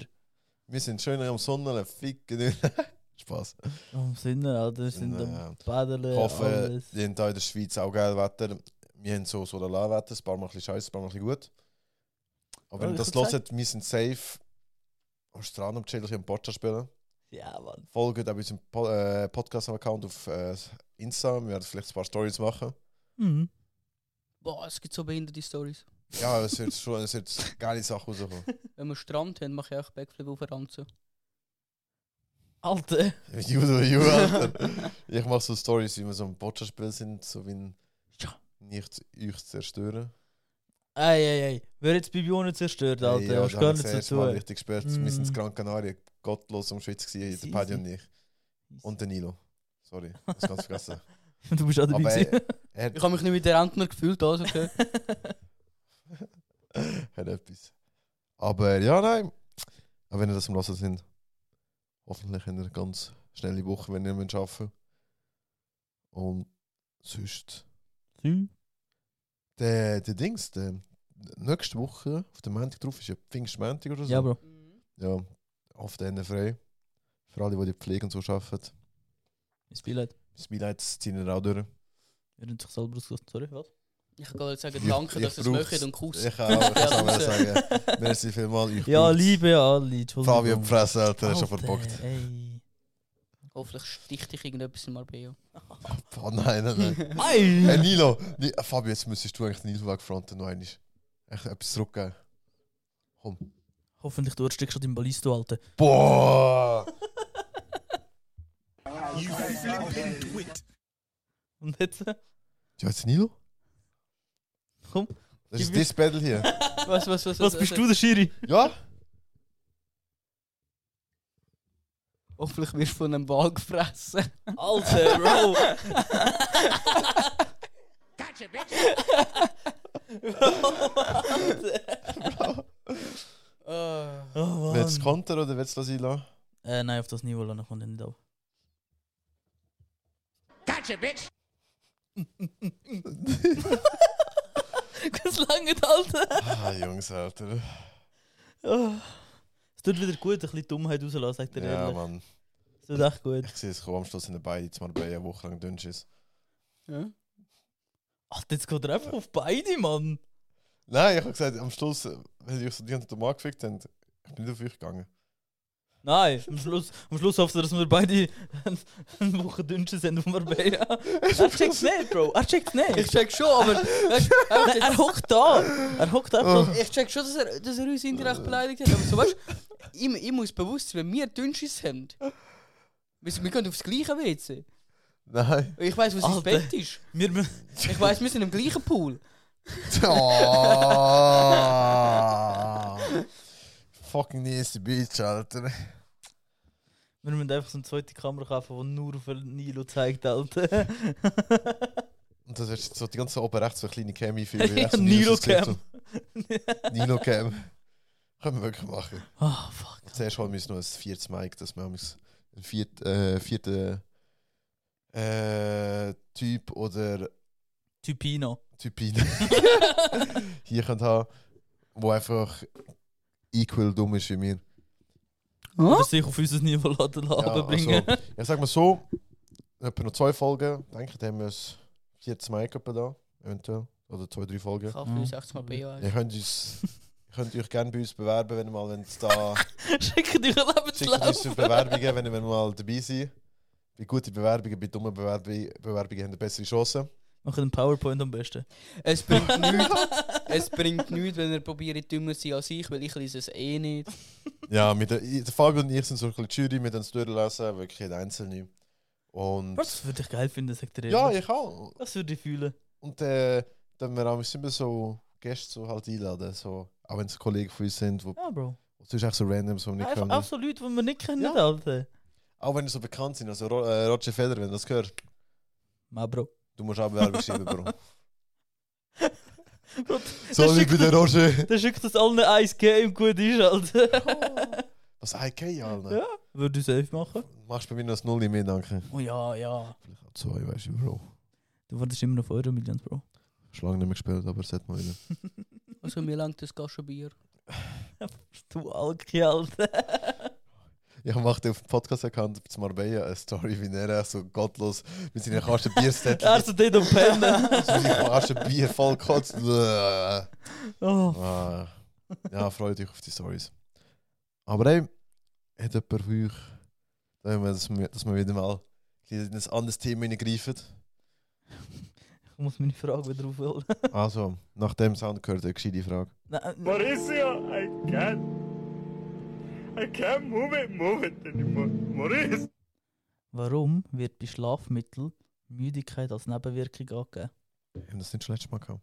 Wir sind schön am Sonnen, ficken. [laughs] Spaß.
am Sinnen, Alter. Wir sind am
Ja.
Badeln.
Ich hoffe,
alles.
ihr habt hier in der Schweiz auch geil Wetter. Wir haben so Solarwetter, ein paar Mal ein bisschen scheiße, ein paar Mal ein bisschen gut. Aber
Ja,
wenn ihr
ich
das
würd
hört, wir sind safe am Strand, am Chillen, ein bisschen am Boccia spielen.
Ja, Mann.
Folgt auch unserem po äh, Podcast-Account auf äh, Insta. Wir werden vielleicht ein paar Stories machen.
Mhm.
Boah, es gibt so behinderte Stories.
Ja, es wird schon es wird geile Sachen rauskommen. [laughs]
Wenn wir Strand haben, mache ich auch Backflip auf den Ranzen.
Alter.
you do you, Alter. Ich mache so Stories, wie wir so am Boccia spielen sind, so wie ein
Ja.
nicht euch zerstören.
Ey, ey, ey. Wer jetzt Bibi nicht zerstört, Alter?
Hey, ja,
hast
da
gar
haben
nichts
wir das erste
zu
Mal
tun.
richtig gespielt. Wir sind in
Mm.
Gran Canaria gottlos am Schweiz gewesen,
Easy,
der Paddy
easy.
und ich. Und der Nilo. Sorry, das ganz vergessen.
Du bist auch dabei.
Aber
gewesen.
er, er,
Ich
hat,
habe mich nicht wie der Rentner gefühlt, also [laughs] okay.
er [laughs] hat etwas. Aber ja, nein. Auch wenn ihr das am Lassen sind. Hoffentlich habt ihr eine ganz schnelle Woche, wenn ihr nicht arbeiten wollt. Und sonst.
Süß.
Der, der Dings, der nächste Woche, auf dem Montag drauf, ist ja Pfingstmontag oder so.
Ja, Bro.
Mhm.
Ja, auf der frei. Für alle, die die Pflege und so arbeiten.
Ich spiele halt.
Das Beileid ziehen wir auch durch.
Wir haben sich selber ausgesucht. Sorry, was?
Ich kann jetzt sagen,
Ich-
danke,
ich
dass ihr es
brauch's.
möchtet und Kuss.
Ich auch, ich kann auch
raus.
sagen. Merci vielmals. Ich
Ja,
brauch's.
Liebe an alle. Entschuldigung.
Fabio Presse, Alter, ist schon
Alter,
verbockt.
Ey.
Hoffentlich sticht dich irgendetwas in Marbella.
Boah, Ah, nein, nein, nein. hey,
Ey.
Nilo, Ni ah, Fabio, jetzt müsstest du eigentlich den Nilo wegfronten, noch einmal. Echt etwas zurückgeben. Komm.
Hoffentlich du steckst schon im Ballisto, Alter.
Boah!
Und jetzt?
Ja, jetzt Nilo?
Komm.
Das
Gib
ist
mir-
das Battle hier.
Was, was, was?
Was bist du, der Schiri?
Ja?
Hoffentlich wirst du von einem Wal gefressen.
Alter, [laughs] Bro. Bro, Alter. Ah,
Wenn Willst du es kontern oder willst du es lassen?
Äh, nein, auf das Niveau lassen kommt er nicht ab. [laughs] Das lange Alter.
Ah, Jungs, Alter.
Oh. Es tut wieder gut, ein bisschen Dummheit rauslassen, sagt er
Ja,
ehrlich.
Mann.
Es tut echt gut.
Ich sehe es kaum am Schluss in den Beinen, jetzt mal bei einer Woche lang dünn ist.
Ja.
Ach, jetzt geht er einfach auf beide, Mann.
Nein, ich habe gesagt, am Schluss, äh, weil ich so die ganze Zeit mal gefickt haben, ich bin nicht auf euch gegangen.
Nein, am Schluss, am Schluss hofft er, dass wir beide eine Woche Dünnsche sind
[laughs]
auf Marbella. Er checkt's nicht, Bro. Er checkt's
Ich
nicht.
check schon, aber. [laughs] Weißt,
Er, er hockt da. Er hockt da.
ich check schon, dass er, dass er uns indirekt beleidigt hat. Aber so weißt ich, ich muss bewusst sein, wenn wir Dünnschiss haben. Wir, wir gehen aufs gleiche WC.
[laughs]
Nein.
Ich weiß, was
Alter.
sein Bett ist.
Wir, mü-
Ich weiß, wir sind im gleichen Pool.
Oh. Fucking nasty bitch, Alter.
wir müssen einfach so eine zweite Kamera kaufen, die nur auf den Nilo zeigt, Alter.
Und das ist so die ganze oben rechts so eine kleine Cam einführen.
Ja,
Ja,
Nilo-Cam.
[laughs] Nilo-Cam. Können wir wirklich machen.
[laughs] Ah, fuck.
Zuerst holen wir uns noch ein viertes Mic, dass wir uns einen viert, äh, vierten äh, Typ oder
Typino.
Typin [laughs] hier können haben, wo einfach equal dumm ist wie mir.
Oder sich auf unser Niveau laden,
also,
runterbringen. [laughs]
ich sag mal so, etwa noch zwei Folgen, denke ich, dann haben wir es viertes Mic etwa da, eventuell. Oder zwei, drei Folgen.
Ich kaufe
Mhm.
uns echt mal BA. [laughs]
Ihr könnt, uns, ihr könnt euch gerne bei uns bewerben, wenn ihr mal wenn es da
Schickt euren
schickt uns
Lebenslauf.
auf Bewerbungen, wenn ihr mal dabei seid. Bei guten Bewerbungen, bei dummen Bewerbungen, Bewerbungen haben wir bessere Chancen.
Machen einen PowerPoint am besten.
Es bringt [laughs] nichts, es bringt nichts, wenn er probiert, dümmer zu sein als ich, weil ich lese es eh nicht.
Ja, mit der, der Fabio und ich sind so ein bisschen die Jury, wir uns durchlesen, wirklich jeder Einzelne. Und
Das würde ich geil finden, sagt er.
ja,
ehrlich.
ich auch.
Das würde ich fühlen.
Und äh, dann wir haben immer so Gäste so halt einladen, so, auch wenn es Kollegen von uns sind, wo
Ja, Bro.
sonst auch so random, so nicht
Einfach
können.
auch so Leute, die wir nicht kennen,
Ja.
Alter.
Auch wenn die so bekannt sind, also Ro äh, Roger Federer, wenn du das hörst,
Ma, Bro.
du musst auch
[laughs]
Bewerbung schreiben, Bro.
Bro,
So wie bei der Roger.
Der schickt uns allen eins Game gut ist, [laughs] Alter.
Was, 1K, Alter?
Ja. Würde ich safe machen.
Machst bei mir noch das Nulli mehr, danke.
Oh ja, ja.
Vielleicht auch zwei, weißt du, Bro.
Du wurdest immer noch auf Euro Millions, Bro.
Schon lange nicht mehr gespielt, aber sollte mal wieder.
Also mir langt das Gaschenbier.
Du Alki, Alter.
Ich machte auf dem Podcast-Account zu Marbella eine Story, wie er so gottlos mit seiner Kasten
[laughs]
Bierstätte,
also
[laughs]
dort am Pennen.
mit seiner Kasten Bier voll kotzt. Bäh.
oh. [laughs]
Ah. Ja, freut euch auf die Stories. Aber hey, hat jemand von euch, dass wir- dass wir, dass wir wieder mal in ein anderes Thema hineingreifen?
Ich muss meine Frage wieder [laughs] aufholen.
Also, nach dem Sound gehört eine gescheite Frage.
Nein,
Mauricio, I can't. I can't move it, move it anymore. Maurice!
Warum wird bei Schlafmitteln Müdigkeit als Nebenwirkung angegeben?
Wir haben das nicht schon letztes Mal gehabt.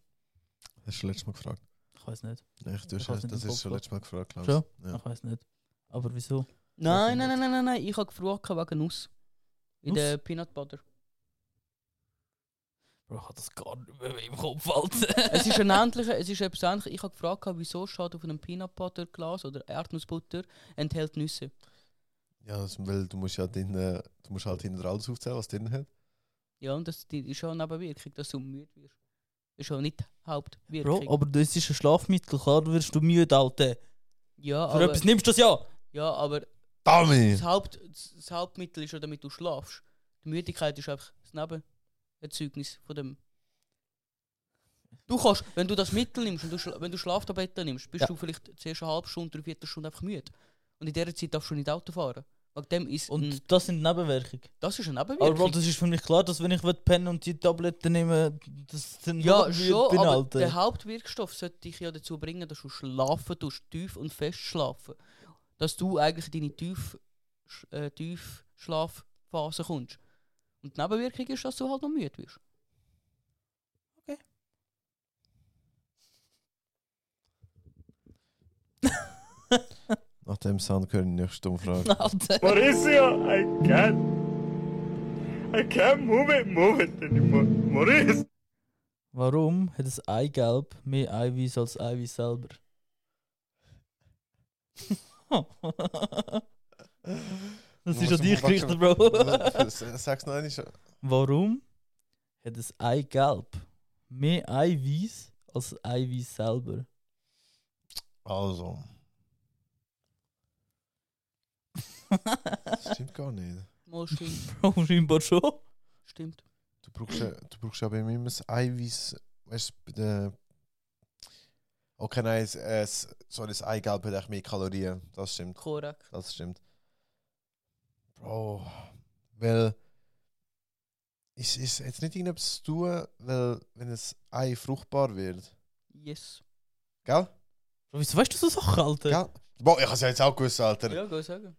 Hast du letztes Mal gefragt?
Ich weiß nicht.
Nein, du
Ich
hast,
hab's nicht
das
im
ist schon
Kopf
letztes Mal gefragt, Klaus.
Schon?
Ja.
Ich weiß nicht. Aber wieso?
Nein,
Ja,
nein, nein, nein, nein, nein. Ich habe gefragt wegen Nuss.
Nuss?
In der Peanut Butter.
Bro, ich hab das gar nicht mehr im Kopf, [laughs] Alter.
Es ist ein ähnlicher, es ist etwas ähnliches. Ich habe gefragt, wieso steht auf einem Peanut Butter Glas oder Erdnussbutter enthält Nüsse.
Ja, das, weil du musst ja den, äh, du musst halt hinten alles aufzählen, was drin hat.
Ja, und das die- ist schon eine Nebenwirkung, dass du müde wirst. Ist schon nicht die Hauptwirkung.
Bro, aber das ist ein Schlafmittel, klar wirst du müde, Alter.
ja,
Für
aber,
etwas nimmst du das ja.
ja, aber
Dummy!
das, Haupt, das das Hauptmittel ist ja, damit du schlafst. Die Müdigkeit ist einfach das Nebenerzeugnis von dem. Du kannst, wenn du das Mittel nimmst und du schla wenn du Schlaftabletten nimmst, bist
Ja.
du vielleicht zuerst eine halbe Stunde, drei Viertelstunde einfach müde. Und in dieser Zeit darfst du nicht Auto fahren. Wegen dem ist
Und
ein,
das sind Nebenwirkungen.
das ist eine
Aber Bro,
Nebenwirkung.
das ist für mich klar, dass wenn ich will pennen und die Tabletten nehme, das sind
Ja,
nur müde
schon,
bin,
aber
Alter.
der Hauptwirkstoff sollte dich ja dazu bringen, dass du schlafen tust, tief und fest schlafen. Dass du eigentlich in deine tief, sch- äh, tief Schlafphase kommst. Und die Nebenwirkung ist, dass du halt noch müde wirst.
Nach dem Sound gehört die nächste
[laughs]
Umfrage.
[laughs] Alter.
Mauricio, I can't. I can't move it, move it anymore. Maurice!
Warum hat das Eigelb mehr Eiweiß als Eiweiß selber? [laughs] das
Du
ist
musst
an dich
mal wachsen. [laughs]
gerichtet, Bro.
äh, Sag's noch einmal.
Warum hat das Ei gelb mehr Eiweiß als das
[laughs]
Eiweiß selber?
Also, das stimmt gar nicht.
Mal stimmt.
Warum scheinbar schon?
stimmt.
Du brauchst, ja- du brauchst aber immer das Eiweiß, weißt du, bei der. Okay, nein, es, es, sorry, das Eigelb hat echt mehr Kalorien. Das stimmt,
Korrekt.
das stimmt. Bro, weil. Es ist jetzt nicht irgendetwas zu tun, weil, wenn das Ei fruchtbar wird.
Yes.
Gell?
Bro, Wieso weißt du so Sachen, Alter?
Gell? Boah, ich hab's ja jetzt auch gewusst, Alter.
Ja, geh sagen.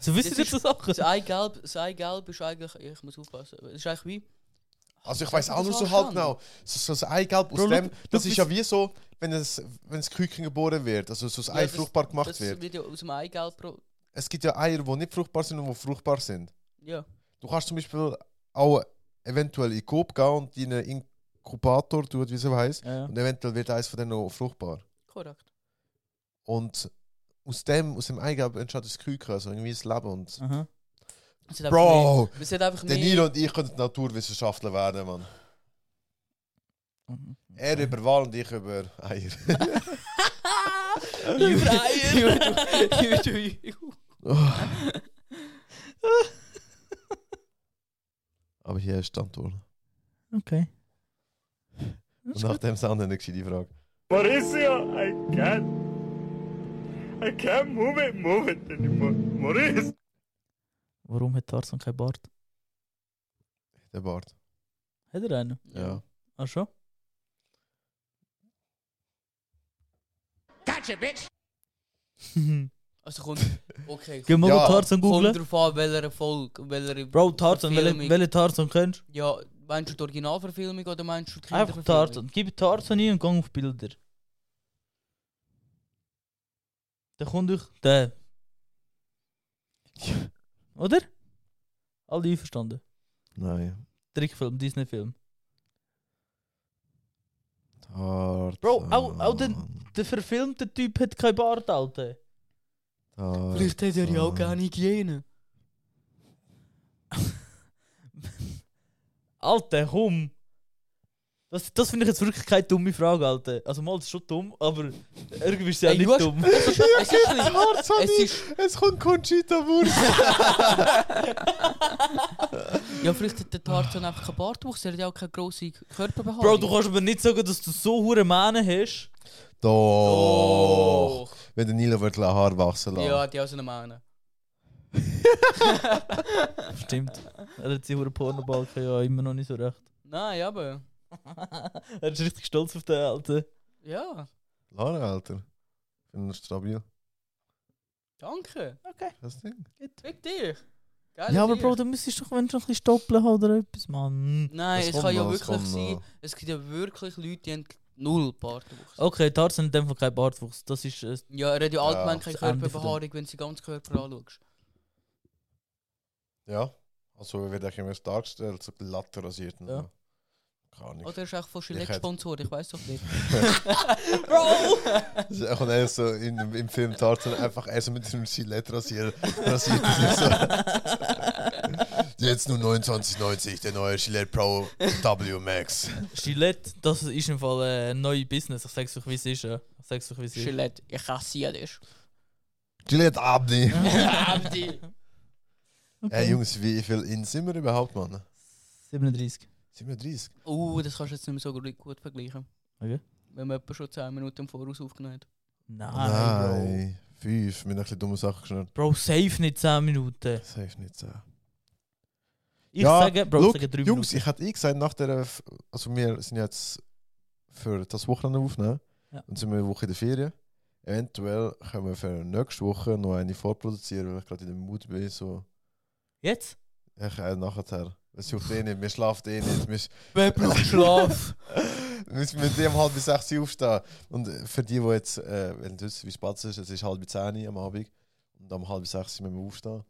So wissen
Das
sie so Sachen.
Das Eigelb, das Eigelb ist eigentlich. Ich muss aufpassen. Es ist eigentlich wie.
Also ich weiß
Das
auch nur
war
so halt
schon.
genau. So, so das Eigelb aus
Bro,
dem,
schau-
das
schau,
ist ja wie so, wenn es wenn das Küken geboren wird, also so das Ei
das-
fruchtbar gemacht
das
wird.
ja aus dem Eigelb. Pro
Es gibt ja Eier, die nicht fruchtbar sind und die fruchtbar sind.
ja.
Du kannst zum Beispiel auch eventuell in den Coop gehen und in einen Inkubator tun, wie es heißt,
Ja, ja.
und eventuell wird eins von denen noch fruchtbar.
Korrekt.
Und aus dem, aus dem Eigelb entsteht das Küken, also irgendwie das Leben. Und
Aha.
Es hat einfach
Bro,
Mehr, es hat einfach
der
mehr. [laughs]
Nilo und ich könnten Naturwissenschaftler werden, Mann.
Mhm.
Er über Wahl und ich über Eier.
[laughs] Über
[laughs]
Eier.
Aber hier ist die Antwort.
Okay.
Und nach dem Sound eine gescheite Frage.
Mauricio, I can't. I can't move it, move it anymore. Mauricio.
Warum hat Tarzan kein Bart?
Der Bart.
Hat er einen?
Ja.
Ach schon? Gotcha, bitch!
Also kommt. Okay.
Mhm. Geh mal
Ja.
Tarzan
Kommt
googlen.
drauf an, welcher Erfolg. Welcher
Bro, Tarzan, welche,
Verfilmung.
welche Tarzan kennst
Ja, meinst du die Originalverfilmung oder meinst du die
du? Einfach
Kinderverfilmung?
Tarzan. Gib Tarzan ein und gang auf Bilder. Dann kommt euch
[laughs]
der. Oder? Alle einverstanden.
Nein.
Trickfilm, Disney-Film.
Tarzan.
Bro, auch- auch den- Der verfilmte Typ hat kein Bart, Alter.
Tarzan.
Vielleicht hat er ja auch keine Hygiene.
Alter, komm! Das, das finde ich jetzt wirklich keine dumme Frage, Alter. Also mal, das ist schon dumm, aber irgendwie ist sie auch
Ey,
nicht
du hast-
dumm.
[laughs]
[laughs]
es ist nicht.
Tarzan!
Es ist.
Es kommt Conchita
[laughs]
Wurst!
Ja, vielleicht hat der Tarzan einfach keinen Bartwuchs, er hat ja auch keine grosse Körperbehaarung.
Bro, du kannst aber nicht sagen, dass du so hohe Mähne hast.
Doch!
Oh,
Oh.
Wenn der Nilo wird lassen, Haar wachsen lassen.
Ja, die aus einer Mähne.
Stimmt. Er hat sich hohe Pornobalken ja immer noch nicht so recht.
Nein, aber.
[laughs] er ist richtig stolz auf den Alter.
Ja,
Lara, Alter. Ich bin stabil.
danke.
Das Ding.
Fick dich. Geil,
Ja, aber Bro, du müsstest doch, wenn du noch ein bisschen stoppeln haben oder etwas, Mann.
Nein,
Das
es
kommt
kann ja
noch, das
wirklich
kommt
sein,
noch.
es gibt ja wirklich Leute, die haben null Bartwuchs.
Okay, Tarzan hat einfach keinen Bartwuchs. Das ist. Äh,
Ja, er hat ja allgemein keine
das Ende von dem-
Körperbehaarung, wenn du den ganzen Körper anschaust.
Ja. Also, er wird auch immer dargestellt, so glatt rasiert. und
Ja.
so. Keine Ahnung.
Oder er ist auch von
hätte-
Gillette-Sponsor, ich weiß doch [laughs] nicht. [laughs]
Das ist auch- [laughs] Und er ist so in, dem- im Film Tarzan einfach er so mit einem Gillette rasiert. rasiert sich so.
[laughs]
Jetzt nur 29,90, der neue Gillette Pro W Max.
Gillette, das ist im Fall äh, ein neues Business. Ich sag's euch, wie es ist. Ja. Ich sag's euch, wie es ist.
Gillette, ich hasse [laughs] dich.
Gillette Abdi.
[laughs]
Abdi.
Hey Jungs, wie viel in sind wir überhaupt, Mann?
37.
Sind wir 30?
Uh, das kannst du jetzt nicht mehr so gut- gut vergleichen.
Okay.
Wenn man etwa schon 10 Minuten im Voraus aufgenommen hat. Ah,
Nein, Bro.
Fünf, mit ein bisschen dumme Sachen geschnurrt.
Bro, safe nicht 10 Minuten.
Das hilft nicht so.
Ich
Ja,
sage, Bro,
look,
ich sage 3
Jungs,
Minuten.
ich hätte eh gesagt, nach der. F- Also, wir sind jetzt für das Wochenende aufnehmen.
Ja.
Und sind wir eine Woche in der Ferien. Eventuell können wir für nächste Woche noch eine vorproduzieren, weil ich gerade in der Mut bin. So.
Jetzt?
Ich äh, nachher. Es juckt eh nicht, wir schlafen eh nicht. [laughs] Wir,
Wer braucht Schlaf?
wir müssen mit dem halb bis sechs Uhr aufstehen. Und äh, für die, die jetzt, äh, wenn du wissen, wie spät es ist, es ist halb bis zehn am Abend. Und um halb bis sechs müssen wir aufstehen.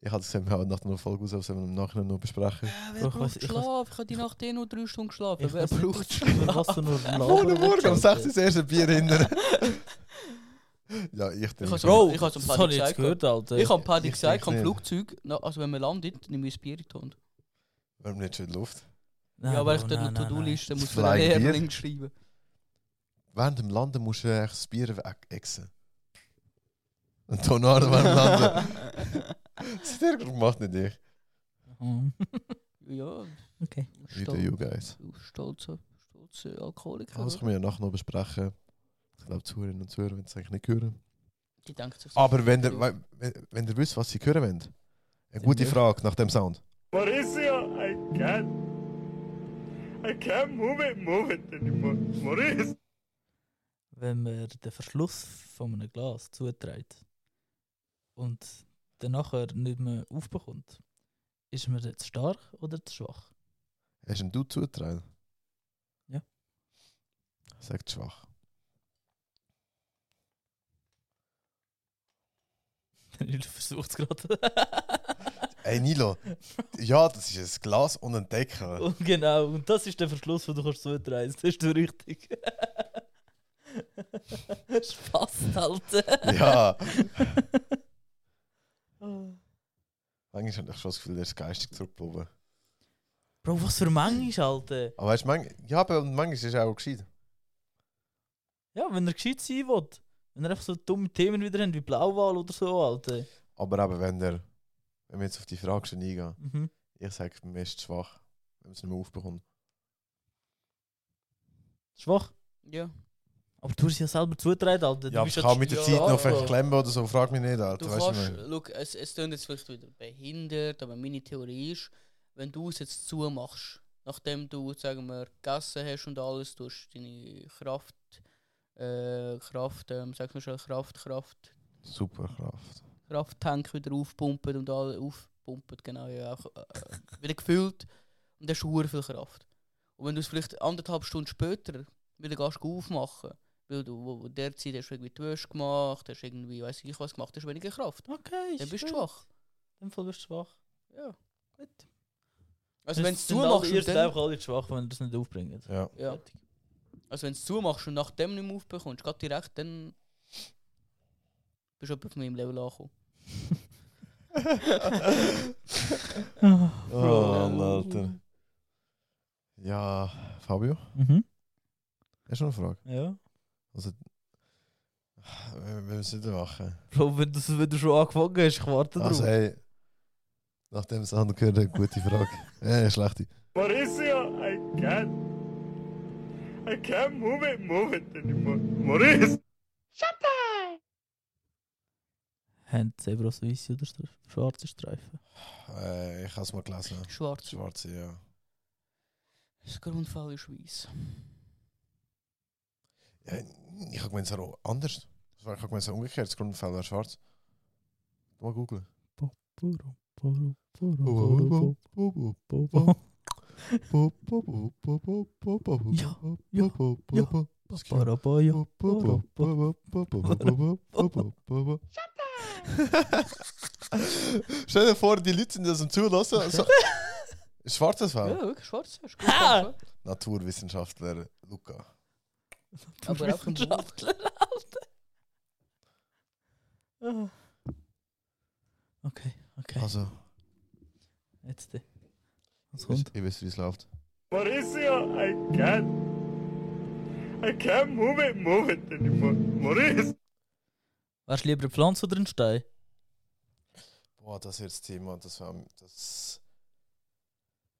Ich hatte gesagt, wir haben nach der Folge aus, das werden wir im Nachhinein noch besprechen.
Wer
ich weiß-
braucht
ich weiß-
Schlaf? Ich habe die Nacht eh nur 3 Stunden geschlafen.
[laughs] Ich [laughs]
Wer
weiß nicht,
braucht
über was
Schlaf?
um
du nur
Ohne Morgen, am
Alter. [laughs]
6 Uhr das erste Bier hinten. Ja, ich denke.
hab's-
Bro,
ich
ich
hab's
hab's
dem
ein
Paddy
paar
gesagt,
jetzt gehört, Alter.
Ich habe Paddy
ich
gesagt,
denke
am
nicht.
Flugzeug, na, also wenn man landet, nehme ich ein Spiritunt.
Wir haben nicht schön Luft.
Nein,
ja, weil
Bro,
ich dort
nein,
eine
nein, nein.
To-Do-Liste muss für
Fly
den
Bier.
Lehrling schreiben.
[laughs]
Während dem Landen musst du echt das Bier wegexen. Ein Tornado während dem
[laughs]
Landen. Das hat er gemacht, nicht ich.
Mhm.
ja,
Okay.
Wie der
stolz,
You Guys.
stolzer, stolzer Alkoholiker.
Ah, das können wir ja nachher noch besprechen. Ich glaube, Zuhörerinnen und Zuhörer werden es eigentlich nicht hören.
die denken sich so,
Aber wenn ihr, wenn, wenn ihr wisst, was sie hören wollt, eine gute
mögen-
Frage nach dem Sound.
Mauricio, I can't. I can't move it, move it anymore. Mauricio.
Wenn man den Verschluss von einem Glas zutreibt und dann nachher nicht mehr aufbekommt, ist man jetzt stark oder zu schwach? [laughs]
Hast denn du zugetragen?
Ja.
Sagt schwach.
Ich versuche es gerade.
Ey, Nilo, ja, das ist ein Glas und ein
[laughs]
Deckel.
Und genau, und das ist der Verschluss, den du kannst zutreiben. Das ist du richtig. [laughs] Spaß, Alter.
ja. Manchmal habe ich schon das Gefühl, der ist geistig zurückgeblieben.
Bro, was für Menge ist, Alter.
Aber weißt du, manchmal, ja, aber manchmal ist es auch gescheit.
Ja, wenn er gescheit sein will. Wenn er einfach so dumme Themen wieder hat, wie Blauwal oder so, Alter.
Aber eben, wenn der, wenn wir jetzt auf die Frage schon eingehen,
Mhm.
ich sage, man ist schwach, wenn man es nicht mehr aufbekommt.
Schwach.
ja,
Aber du hast ja selber zutreten, Alter. Du
Ja, aber
bist halt
ich kann mit der
ja-
Zeit noch
Ja,
vielleicht klemmen dus oder so, frag mich nicht, Alter.
du
Weißt du, was ich
kannst,
meine?
look, es, es klingt jetzt vielleicht wieder behindert, aber meine Theorie ist, wenn du es jetzt zumachst, nachdem du, sagen wir, gegessen hast und alles, du hast deine Kraft, äh, Kraft, ähm, sag mal schnell, Kraft, Kraft,
Superkraft.
Krafttank wieder aufpumpen und alle aufpumpen, genau, ja, auch, äh, wieder gefüllt und dann hast du hure viel Kraft. Und wenn du es vielleicht anderthalb Stunden später wieder gehst, go aufmachen, weil du wo, wo derzeit hast du irgendwie die Wäsche gemacht, hast irgendwie, weiß ich was gemacht, hast weniger Kraft,
Okay,
dann bist du
gut.
schwach.
In dem Fall bist du schwach.
Ja.
Gut.
Also wenn du es
Sind alle-
zumachst
Ihr
und
seid
dann,
einfach alle schwach, wenn ihr das nicht aufbringt.
Ja.
ja. also wenn du es zumachst und nach dem nicht mehr aufbekommst, gerade direkt, dann bist du etwa auf meinem Level angekommen.
Oh, Mann, Alter. Ja, Fabio,
Mhm.
hast du noch eine Frage?
Ja.
Also, wir müssen es nicht machen.
Bro, wenn du, wenn du schon angefangen hast, ich warte
Also,
drauf.
ey, nach dem Sound gehört eine gute
[laughs]
Frage. Äh, schlechte.
Mauricio, I can't. I can't move it, move it anymore. Mauricio.
Haben Zebras weiße oder str- schwarze Streifen?
Äh, ich habe es mal gelesen.
Schwarz.
Schwarze, ja.
Das Grundfall ist weiss.
ja ich habe gemeint, es wäre auch anders. Ich habe gemeint, es wäre umgekehrt. Das Grundfell wäre schwarz. Mal googeln.
Buru, buru, buru, buru, buru. Ja, ja, ja.
Das geht.
Barabaya.
Stell [laughs] dir vor, die Leute sind das am Zulassen. So.
[laughs]
Schwarzes Fell.
Ja, wirklich schwarz. Hast du
Ha!
gut
Naturwissenschaftler Luca.
Aber auch im Buch.
Wissenschaftler, Alter. Ah. Okay, okay.
Also,
Jetzt. äh, Was
ich
kommt?
ich weiß, wie es läuft.
Mauricio, I can't. I can't move it, move it anymore. Mauricio.
Wärst du lieber eine Pflanze oder ein Stein? [laughs]
Boah, das wird das Thema. Das, wär- das,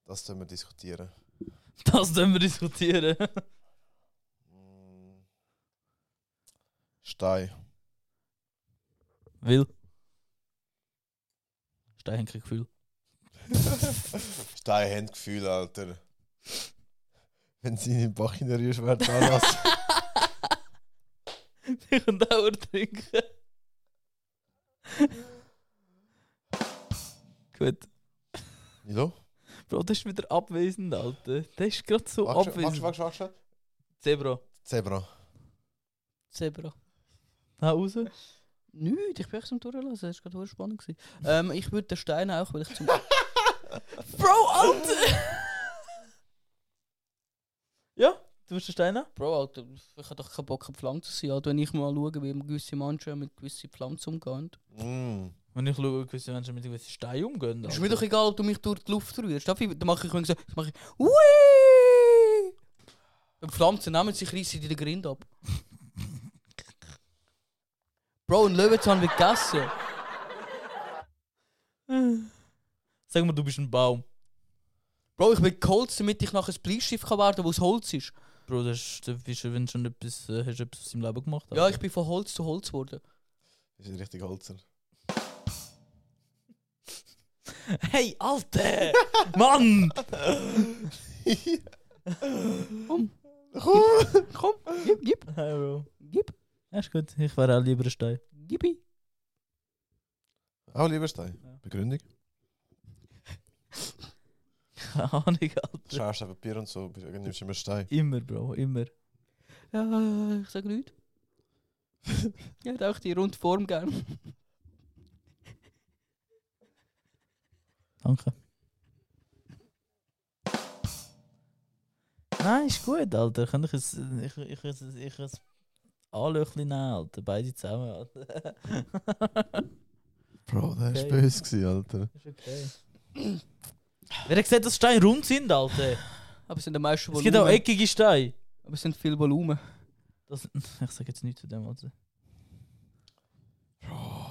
das können wir diskutieren.
Das dürfen wir diskutieren.
Mm. Stein.
Will. Stein haben kein Gefühl.
Stein haben Gefühl, Alter. [laughs] Wenn sie in den Bach in der Rühe schwer da [laughs] lassen.
[laughs] Ich kann Dauer trinken. Gut.
Nilo?
Bro, das ist wieder abwesend, Alter. Der ist gerade so
Wachst du, wachst
abwesend.
du, wachst du, wachst du?
Zebra.
Zebra.
[laughs] Zebra.
Na, raus.
Nicht, ich bin echt am Durchlassen, das war gerade spannend. Gewesen. Ähm, ich würde den Stein auch, weil ich [laughs] zum.
Bro, Alter! ja, du Mr. Steiner?
[laughs] Bro, Alter, ich habe doch keinen Bock, eine Pflanze zu sein. Alter, wenn ich mal schaue, wie gewisse Menschen mit gewissen Pflanzen umgehen.
Mm.
Wenn ich schaue, gewisse Menschen mit gewissen Steinen umgehen.
Ist
Alter.
mir doch egal, ob du mich durch die Luft rührst. Dafür, dann mache ich irgendwie so, dann mache ich Ui! Und die Pflanzen nehmen sich riesig in den Grind ab. Bro, einen Löwenzahn wird gegessen.
Äh. Sag mal, du bist ein Baum.
Bro, ich bin geholzt, damit ich nachher ein Bleistift kann werden kann, wo es Holz ist.
Bro, das ist, das ist wenn du schon etwas, äh, hast du etwas aus deinem Leben gemacht.
Ja,
Alter.
ich bin von Holz zu Holz geworden.
Das ist richtig Holzer.
Hey, Alter! Mann!
Komm,
Komm!
komm, gib, gib,
Hey, Bro.
gib,
Ja, ist gut. Ich wäre auch lieber ein Stein.
gib. ihm.
Auch lieber Stein.
Ja.
Begründung.
Keine Ahnung, Alter.
Schärfst Papier und so, nimmst du immer Stein.
Immer, Bro, immer.
Ja, ich sag [laughs] nichts. ich hätte auch die runde Form gern.
Danke. Nein, ist gut, Alter. Kann ich es. Ich, ich, ich, ich es Anlöchli nehmen, Alter. Beide zusammen, Alter.
Bro, der
Okay.
ist böse gewesen, Alter.
ist okay. Wer hat gesagt, dass Steine rund sind, Alter?
Aber es e- sind die meisten
Es gibt auch
Volumen.
eckige Steine.
Aber es sind viel Volumen.
Das, ich sag jetzt nichts zu dem, Alter.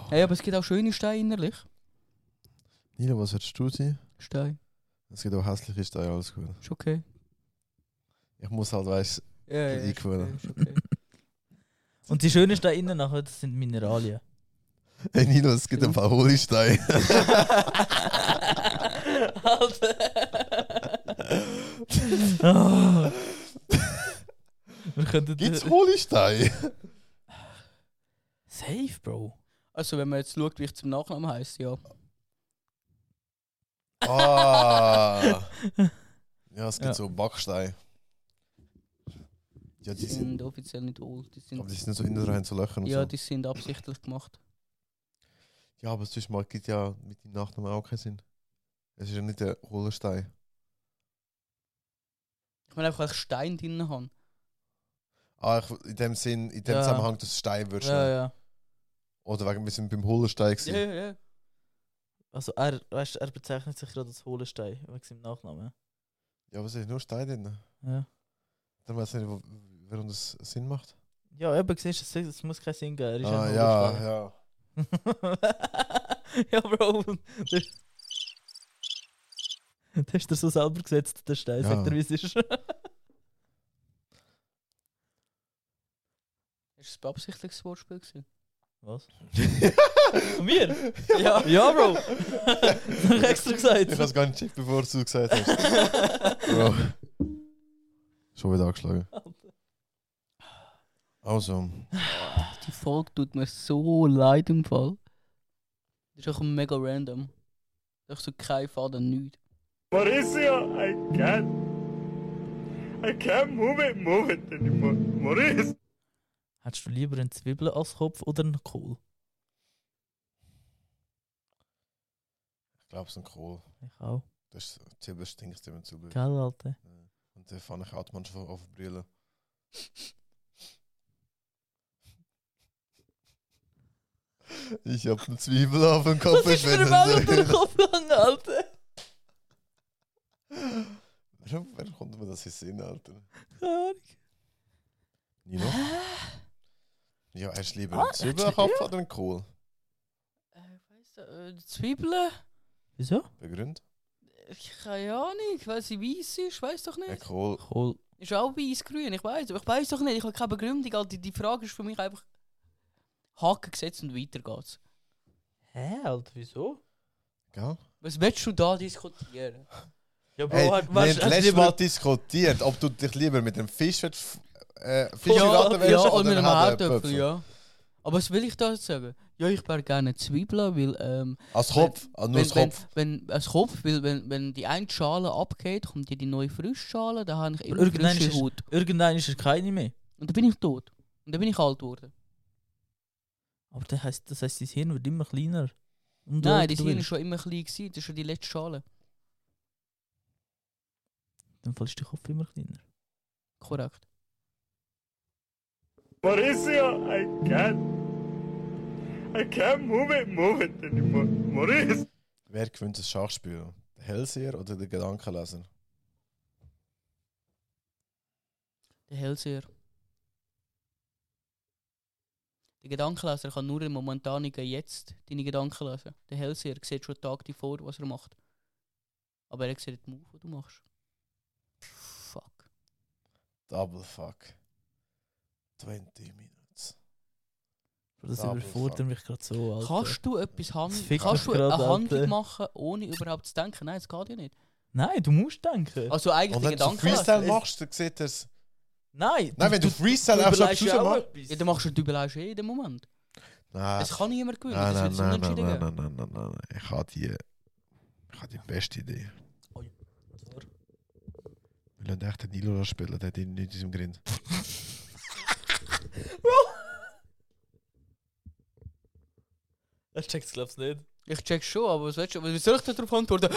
Hey, aber es gibt auch schöne Steine innerlich.
Nilo, was hättest du sein?
Stein,
Es gibt auch hässliche Steine, alles gut.
ist okay.
Ich muss halt, weißt [laughs]
Ja,
ja, ist okay,
ist okay.
Und die schönen Steine innen nachher, das
[laughs]
sind Mineralien.
du, hey Nilo, es gibt ein paar hohle Steine.
Ah. Wir könnten.
Gibt's hohle Steine?
Safe, Bro.
Also, wenn man jetzt schaut, wie ich zum Nachnamen heiße, ja.
Ah. Ja, es gibt
Ja.
so Backsteine. Ja, die
Die
sind.
sind offiziell nicht old. Die
Aber die
sind,
sind so innen rein zu löchern und
ja,
so.
die sind absichtlich gemacht.
Ja, aber sonst macht es ja mit dem Nachnamen auch keinen Sinn. Es ist ja nicht der hohle Stein.
Ich meine einfach, weil ich Stein drin habe.
Ah, ich, in dem Sinn, in dem
Ja.
Zusammenhang, dass es Stein wird.
[laughs] Ja, ja.
Oder wegen wir sind beim hohlen Stein gewesen.
Ja, ja.
Also er, weißt, er bezeichnet sich gerade als Hohlenstein wegen seinem Nachnamen.
Ja, aber es ist nur Stein drin.
Ja,
Dann weiß ich nicht, wo- warum das Sinn macht.
ja eben, siehst du, es- es muss keinen Sinn geben. Er ist
Ah,
ein
ja,
Hohlenstein.
ja.
[laughs] ja, Bro. [laughs] Der, der ist dir so selber gesetzt, der Stein.
Ja.
Sagt er, wie es ist.
Ist das ein beabsichtigtes Wortspiel gewesen?
Was? Von mir?
Ja.
Ja,
[laughs]
Bro. Hab ich extra
Ich habe
gesagt.
es gar nicht gecheckt, bevor du es gesagt hast. Bro. Schon wieder angeschlagen. Also,
Die Folge tut mir so leid im Fall. Das ist auch mega random. Das ist so kein Faden, [laughs] nichts.
Mauricio, I can't. I can't move it, move it anymore. Mauricio.
[laughs] Hättest du lieber einen Zwiebel als Kopf oder einen Kohl?
ich glaube, es ist ein Kohl.
Ich auch.
Das ist- Zwiebel stinkt immer zu.
Gell, Alter?
Und dann fange ich auch manchmal auf die Brille. Ich hab eine Zwiebel auf dem Kopf.
Was ist für
ich bin
eine Welle
ein
unter den
Söhne.
Kopf gegangen, Alter?
Warum, warum kommt mir das in den Sinn, Alter?
Keine Ahnung.
Nino? Ja, hast du lieber
Ah,
einen Zwiebel auf dem Kopf oder einen Kohl?
Eh, Weißt du, äh, Zwiebeln?
Wieso?
Begründ?
Ich keine Ahnung, weil sie weiß ist, weiß doch
Ein
nicht.
Kohl.
Kohl.
Ist auch weiß-grün, ich weiß, aber ich weiß doch nicht, ich habe keine Begründung. Alter. Die Frage ist für mich einfach Haken gesetzt und weiter geht's.
Hä, Alter, wieso?
Gell?
Was willst du da diskutieren?
Ja, Bro,
Hey,
hat-
wir
weißt-
haben
hast du
letztes
lieber-
Mal diskutiert, ob du dich lieber mit einem Fisch willst, f- äh, Fisch
ja,
geraten
ja,
willst
und mit einem
Hartöpfel.
Hartöpfel, ja. Aber was will ich da jetzt sagen? Ja, ich wäre gerne Zwiebeln, weil ähm,
Als Kopf, ah, nur
wenn,
als
wenn,
Kopf.
wenn, als Kopf, weil wenn, wenn die eine Schale abgeht, kommt ja die neue frische Schale, dann habe ich immer
Irgendwann
frische
ist-
Haut.
Irgendwann ist er keine mehr.
Und dann bin ich tot. Und dann bin ich alt geworden.
Aber das heisst, das heisst, dein Hirn wird immer kleiner. Und
Nein, das Hirn war schon immer klein, gewesen, das ist schon die letzte Schale.
Dann fällst dein Kopf immer kleiner.
Korrekt.
Mauricio, I can't. I can't move it, move it anymore. Mauricio.
Wer gewinnt das Schachspiel? Der Hellseher oder der Gedankenleser?
Der Hellseher. Der Gedankenleser kann nur im momentanigen Jetzt deine Gedanken lesen. Der Hellseher sieht schon Tag davor, was er macht. Aber er sieht den Move, den du machst. Fuck.
Double fuck. 20 Minutes.
Das
Double
überfordert
fuck.
mich gerade so, Alter.
Kannst du etwas
Das
handeln?
fickt
Kannst du
mich
eine
grad,
Handlung
Alter.
machen, ohne überhaupt zu denken? Nein, das geht ja nicht.
Nein, du musst denken.
Also eigentlich
Und
der
wenn du
Gedankenleser.
Freestyle machst, dann sieht er es.
Nein,
Nein, wenn du Freestyle einfach so
überlegst ja
abschließen
auch
machst.
etwas.
Ja, dann machst du die Überlegung eh in dem Moment.
Nein.
Es kann niemand gewinnen,
Ah. Nein,
das
nein,
wird es
nein, nein,
unentschieden
nein,
geben.
nein, nein, nein, nein, nein. Ich habe die, ich habe die beste Idee. Wir lassen echt den Nilo da spielen, der hat ihn nicht in unserem Grind.
Das checkst du, glaubst du nicht.
Ich check's schon, aber was willst du? Wie soll ich da darauf
[laughs]
antworten?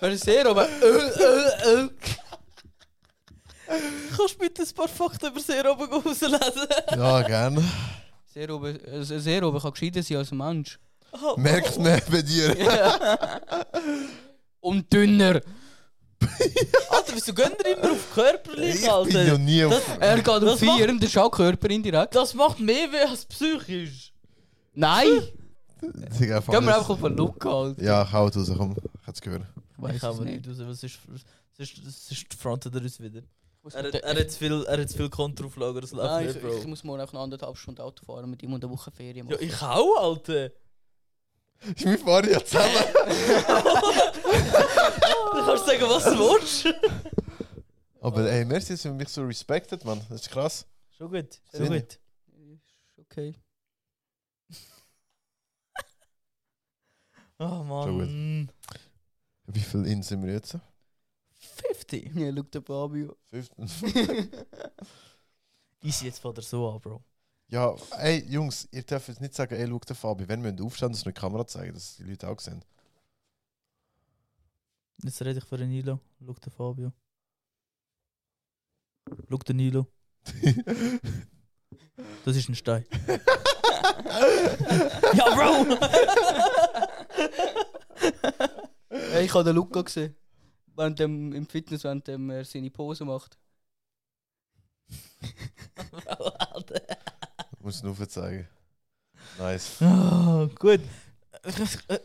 Wenn ich sehe,
[laughs]
aber. äh, äh, äh.
Kannst du bitte ein paar Fakten über sehr oben
[laughs]
rauslesen?
Ja, gerne.
Sehr oben, äh, sehr oben kann gescheiter sein als ein Mensch.
Merkt man bei dir.
[laughs] Und
[laughs]
dünner.
Alter, wieso gehen ihr immer auf körperlich, halt, äh,
Ich bin noch
Alter?
nie auf.
Er dus geht auf
Das macht-
vier, das ist auch Körper indirekt.
Das macht mehr weh als psychisch.
Nein!
Digga, fang
Gehen wir
es.
einfach auf den Look, Alter.
Ja, hau raus, komm. Ich hab's gehört.
Weiss
ich
es
habe
nicht.
nicht raus, was ist. Sonst, sonst frontet er uns wieder.
Ich muss
Er,
mit
hat-
der-
er hat zu viel, er hat zu viel Kontrauflager, das läuft
Nein, ich,
nicht, Bro.
ich muss morgen auch noch anderthalb Stunden Auto fahren mit ihm und eine Woche Ferien
ja,
machen.
ich auch, Alter. [laughs]
Wir fahren ja zusammen.
[laughs]
Du kannst sagen, was du willst.
Aber ey, merci, dass ihr mich so respektet, Mann. Das ist krass.
Schon gut,
schon
schon
Sinn.
gut.
Ist okay.
[laughs] Oh Mann.
Wie viel in sind wir jetzt?
[laughs]
50.
Ja, schau den Fabio.
[laughs]
15.
Easy, jetzt fährt er so an, Bro.
[laughs] ja, ey, Jungs, ihr dürft jetzt nicht sagen, ey, schau den Fabi. Wenn wir aufstehen, dass wir die Kamera zeigen, dass die Leute auch sehen. [laughs]
Jetzt rede ich für den Nilo. Schau den Fabio. Schau den Nilo. Das ist ein Stein. [laughs]
[laughs]
ja, Bro!
Hey, ich habe den Luca gesehen. Während dem, Im Fitness, während dem er seine Pose macht.
Muss ich nur zeigen. Nice.
Ah, gut. Äh,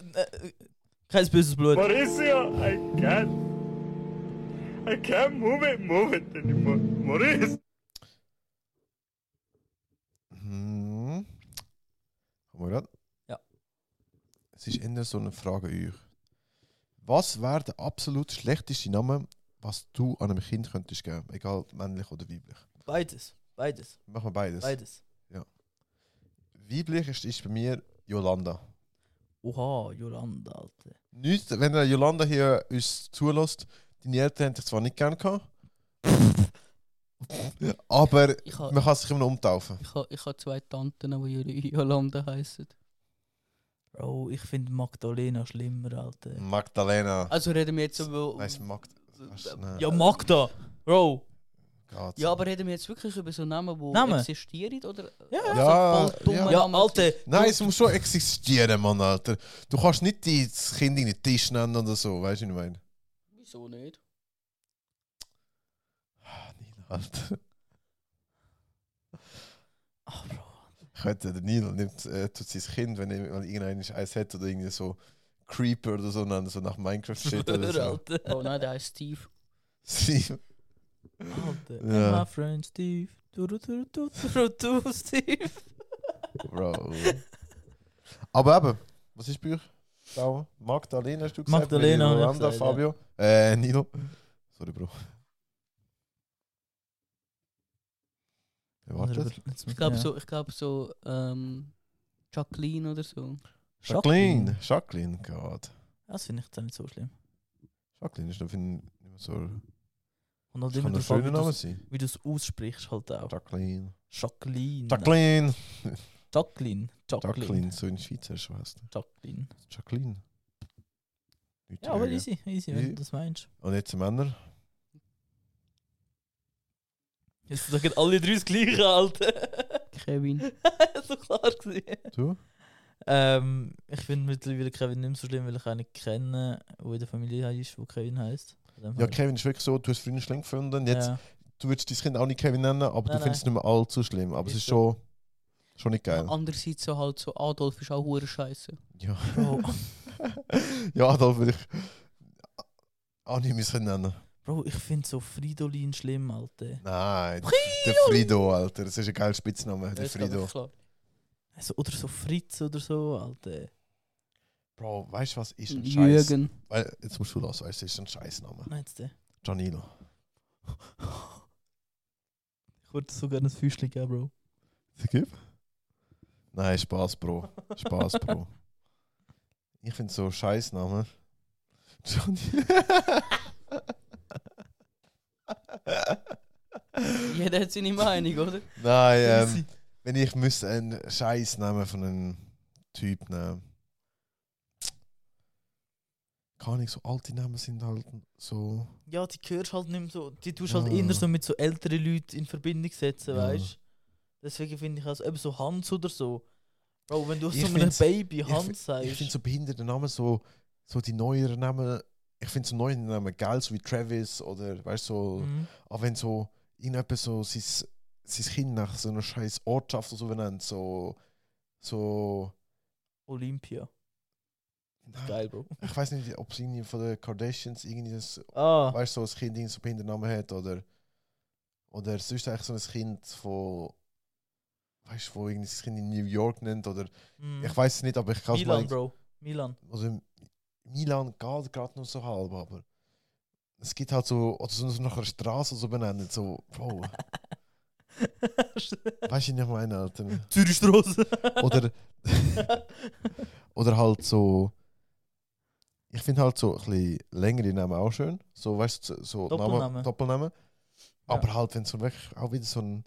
Kein böses Blut.
Mauricio, I can't. I can't move it, move it anymore. Mauricio.
Hm. Haben wir grad?
Ja.
Es ist eher so eine Frage an euch. Was wäre der absolut schlechteste Name, was du an einem Kind könntest geben? Egal, männlich oder weiblich.
Beides. Beides.
Machen wir beides.
Beides.
Weiblich ist, ist bei mir Yolanda.
Oha, Jolanda, Alter.
Nicht, wenn der Yolanda hier uns zulässt, deine Eltern hätten dich zwar nicht gern gehabt, aber
[laughs] Ich habe
man kann sich immer noch umtaufen.
ich ha, ich ha zwei Tanten, die Jolanda heissen.
Bro, ich finde Magdalena schlimmer, Alter.
Magdalena.
Also reden wir jetzt über.
Weißt du, Magd. Nein,
Ja, Magda! Bro!
geht's.
ja, aber reden wir jetzt wirklich über so Namen, die
Namen?
existieren? Oder?
Ja,
Ja,
voll dumme
ja.
Ja,
Namen?
Alter!
Nein, es muss schon existieren, Mann, Alter. Du kannst nicht die- das Kind in den Tisch nennen oder so, weißt du, wie ich meine?
Wieso nicht?
Nino,
[laughs]
Alter.
Ach, Ah, Bro.
Ich wette, der Nino nimmt, äh, tut sein Kind, wenn er mal irgendeinen Eis hat oder irgendwie so Creeper oder so, nennen, so nach
[laughs]
Minecraft-Shit oder so.
Alter.
Oh nein, der heißt Steve.
Sie-
Alter.
Ja.
And my friend Steve. Du, du, du, du, du, du, du, Steve.
Bro. Aber eben, was ist bei euch? Daumen? Magdalena hast du gesagt?
Magdalena habe ich
Yolanda,
gesagt, ja.
Fabio. Äh, Nino. Sorry, Bro. Wer wartet?
Ich glaube so, ich glaube so, ähm, Jacqueline oder so.
Jacqueline. Jacqueline, Gott.
Das finde ich jetzt auch nicht so schlimm.
Jacqueline ist dafür nicht mehr so.
Und halt
Das
immer
kann ein
drauf an,
schöner
wie
Name
du's-
sein.
wie du es aussprichst, halt auch.
Jacqueline.
Jacqueline.
Jacqueline.
Jacqueline. Jacqueline.
Jacqueline, so in Schweizerisch heißt
Jacqueline.
Jacqueline. Nicht
Ja, aber
Jürgen.
easy, easy, wenn
Easy.
du das meinst.
Und jetzt die Männer.
Jetzt sagen alle drei das gleiche, Alter. [laughs]
Kevin.
so klar gesehen.
Du?
Ähm, ich finde mittlerweile Kevin nicht mehr so schlimm, weil ich einen kenne, der in der Familie ist, wo Kevin heißt.
Ja, Kevin ist wirklich so, du hast früher schlimm gefunden. Jetzt, Du würdest dein Kind auch nicht Kevin nennen, aber
Nein,
du findest es nicht mehr allzu schlimm. Aber es
Ist
ist schon, schon nicht geil.
Andererseits so halt so, Adolf ist auch hure scheiße.
Ja,
Bro,
[laughs] ja da würde ich auch nicht müssen nennen.
Bro, ich finde so Fridolin schlimm, Alter.
Nein, der Frido, Alter. Das ist ein geiler Spitzname, der
Das geht
Frido.
wirklich klar.
Also, oder so Fritz oder so, Alter.
Bro, weißt du, was ist ein Scheiß?
Jürgen.
Weil, jetzt musst du lassen, weißt du, ist ein Scheißname.
Nein, jetzt der.
Janino.
[laughs] Ich würde sogar ein Füßchen geben, Bro.
Vergib? Nein, Spaß, Bro. Spaß,
[laughs]
Bro. [laughs] Ich finde so Scheißnamen. Johnny.
Jeder hat seine Meinung, oder?
[laughs] Nein, ähm, wenn ich müsste einen Scheißnamen von einem Typ nehmen. Kann ich so alte Namen sind halt so.
Ja, die hörst halt nicht mehr so. Die tust
Ja.
halt eher so mit so älteren Leuten in Verbindung setzen,
Ah. Ja.
weißt du? Deswegen finde ich also eben so Hans oder so. Bro, wenn du
Ich
so einem
find's-
Baby
ich
Hans
find-
sagst.
Ich finde so behinderte Namen so, so die neueren Namen. Ich finde so neue Namen geil, so wie Travis oder weißt du so.
Mhm.
Aber wenn so irgendjemand so sein, sein Kind nach so einer scheiß Ortschaft oder so benennt, so. so
Olympia.
nein,
Geil, Bro.
Ich weiß nicht, ob es irgendwie von den Kardashians irgendwie das,
Ah,
weißt du, so ein Kind irgendwie so behinderten Namen hat oder. Oder sonst eigentlich so ein Kind von. Weißt du, wo irgendwie das Kind in New York nennt oder.
mhm.
Ich weiß es nicht, aber ich kann es
Milan,
mal.
Bro.
[laughs]
Milan.
Also Milan geht gerade noch so halb, aber. Es gibt halt so. Oder so nach einer Straße so benennt, so. Bro, weißt du nicht, meine Alter.
Zürichstraße.
Oder, [laughs] oder halt so. Ich finde halt so ein bisschen längere Namen auch schön. So, weißt du, so
Doppelnamen.
Namen, Doppelnamen. Aber halt, wenn so wirklich auch wieder so ein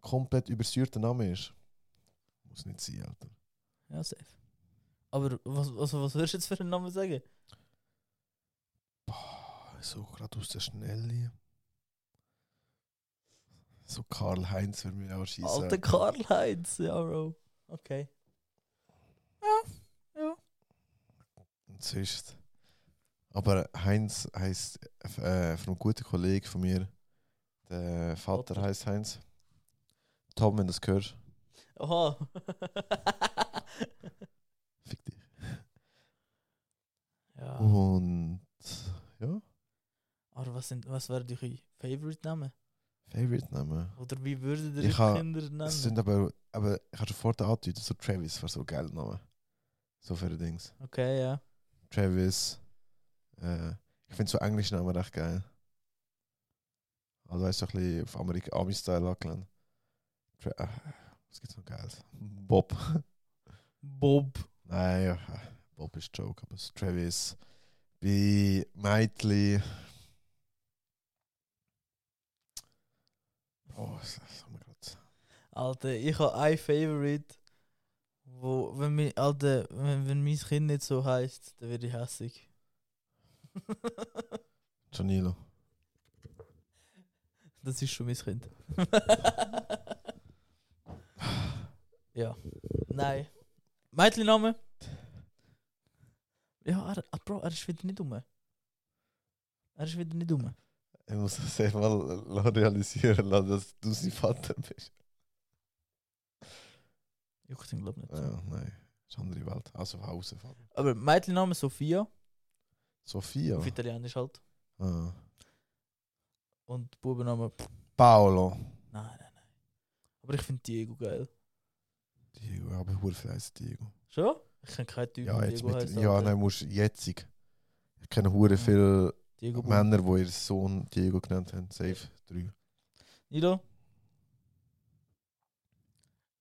komplett übersührter Name ist. Muss nicht sein, Alter.
Ja, safe. Aber was, also, was würdest du jetzt für einen Namen sagen?
Boah, so gerade aus der Schnelle. So Karl-Heinz würde mir auch schießen.
Alter Karl-Heinz, ja, Bro. Okay. Ja, ja.
Und sonst. Aber Heinz heißt äh, von einem guten Kollegen von mir, der Vater
Vater.
heißt Heinz. Tom, wenn du das hörst,
Oha.
fick dich.
[laughs] ja.
Und ja,
Aber was, sind, was wären eure Favorite-Namen?
Favorite Name.
Oder wie würdet ihr
Ich
eure
ha-
Kinder
Es
nennen?
sind aber, aber ich habe schon vor der angedeutet, so Travis war so ein geiler Name. So für die Dings.
Okay, ja.
Travis. Äh, ich finde so englische Namen recht geil. Also weißt du, ein bisschen auf Amerika Ami-Style angelehnt. Tra- äh, Was gibt's noch Geiles? Bob. [laughs]
Bob.
Nein, ja, Bob ist Joke, aber es- Travis. Bei Meitli. Oh, das das haben wir gerade.
Alter, ich habe ein Favorite, wo, wenn, mi, Alter, wenn, wenn mein Kind nicht so heißt, dann werde ich hässig. [laughs]
Janilo.
das ist schon mein Kind. [laughs] ja. Nein. Mädchenname? Ja, er, ah, Bro, er ist wieder nicht dumm. Er ist wieder nicht dumm.
Ich muss das einmal la- realisieren lassen, dass du sein Vater bist.
Juckt ihn, glaub nicht.
Ja, nein. Das ist eine andere Welt. Also von außen. Vater.
Aber Mädchenname Sophia,
Sophia.
auf Italienisch halt.
Ah.
Und Bubenname, pff,
Paolo.
nein, nein, nein. Aber ich finde Diego geil.
Diego, aber ich viel heißt Diego.
Schon? Ich kenne keinen Typen,
Ja,
der
jetzt
Diego
mit,
heißt.
ja,
Alter.
nein, musst jetzig. Ich kenne hure viele
Diego Bub.
Männer, die ihren Sohn Diego genannt haben. Safe drei.
Nilo?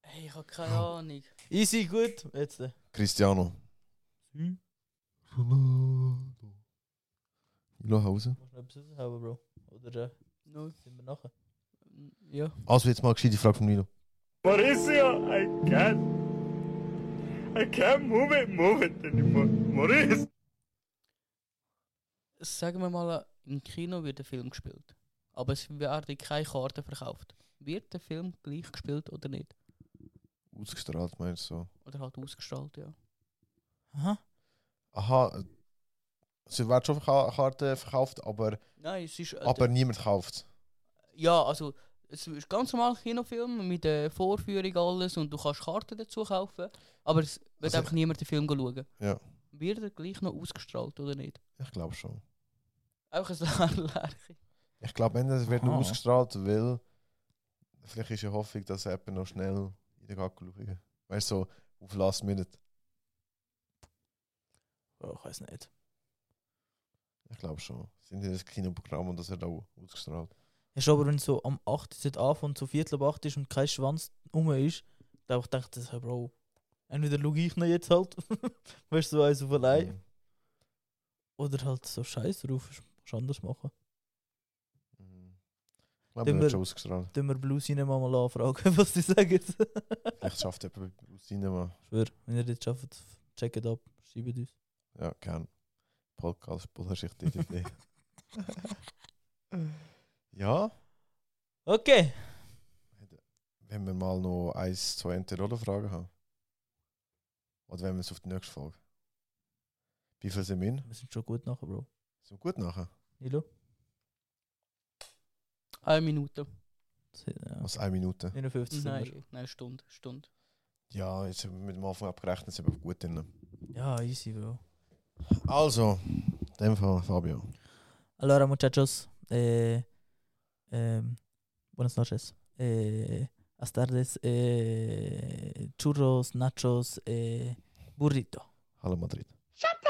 Hey, ich habe keine Ahnung.
Easy, gut. Jetzt. äh.
Cristiano.
Hm?
Ronaldo. Hausen.
Muss noch etwas raushauen, Bro. Oder äh,
Null.
sind wir nachher?
Ja.
Also jetzt mal gescheit die Frage von Nilo.
Mauricio, I can't. I can't move it, move it anymore. Mauricio.
Sagen wir mal, im Kino wird der Film gespielt. aber es werden keine Karten verkauft. Wird der Film gleich gespielt oder nicht?
Ausgestrahlt, meinst du? so.
Oder halt ausgestrahlt, ja.
Aha.
Aha, äh, sie werden schon Ka- Karten verkauft, aber,
Nein, es ist. äh,
aber niemand kauft.
Ja, also es ist ganz normal ein Kinofilm mit der Vorführung alles und du kannst Karten dazu kaufen, aber es wird
Also-
einfach niemand den Film schauen.
Ja.
Wird er gleich noch ausgestrahlt oder nicht?
Ich glaube schon.
Einfach ein [laughs] Lärchen.
Ich glaube, wenn es wird nur
Aha.
ausgestrahlt, weil vielleicht ist ja Hoffnung, dass jemand noch schnell in den Gackel schauen. Weißt du, so auf Last Minute.
Ja, ich weiß nicht.
Ich glaube schon. Sind ja das Kinoprogramm und das wird auch ausgestrahlt.
Ja, schon, aber wenn so am 8. Uhr anfängt, so Viertel ab 8 ist und kein Schwanz rum ist, dann hab ich gedacht, das, hey, Bro, entweder schaue ich noch jetzt halt, [laughs] weißt du, so eins auf allein,
Mhm.
oder halt so Scheiß drauf, ist- kannst du anders machen.
Mhm. Ich glaube,
Dann
wird
wir-
schon ausgestrahlt.
Dann wir Blue Cinema mal anfragen, [laughs] was die sagen.
Vielleicht schafft jemand aus Cinema.
Schwör, wenn ihr das schafft, checkt ab, schreibt uns.
Ja, gern. Podcast, Bullshit, [laughs]
[laughs]
DDD. ja,
Okay,
wenn wir mal noch eins, zwei Entweder-Oder-Fragen haben. Oder wenn wir es auf die nächste Folge. Wie viel sind wir? in?
wir sind schon gut nachher, Bro.
So gut nachher.
Nilo?
Eine Minute.
Das- Ja.
Was, eine Minute?
59 sind wir.
Nein, nein, Stunde, Stunde.
Ja, jetzt haben wir mit dem Anfang abgerechnet, sind wir gut drin.
Ja, Ah, easy, Bro.
Also, in dem Fall, Fabio.
Allora, muchachos, eh, em, buenas noches. Eh, buenas tardes. eh, churros, nachos, eh, burrito.
Hallo Madrid.
Shut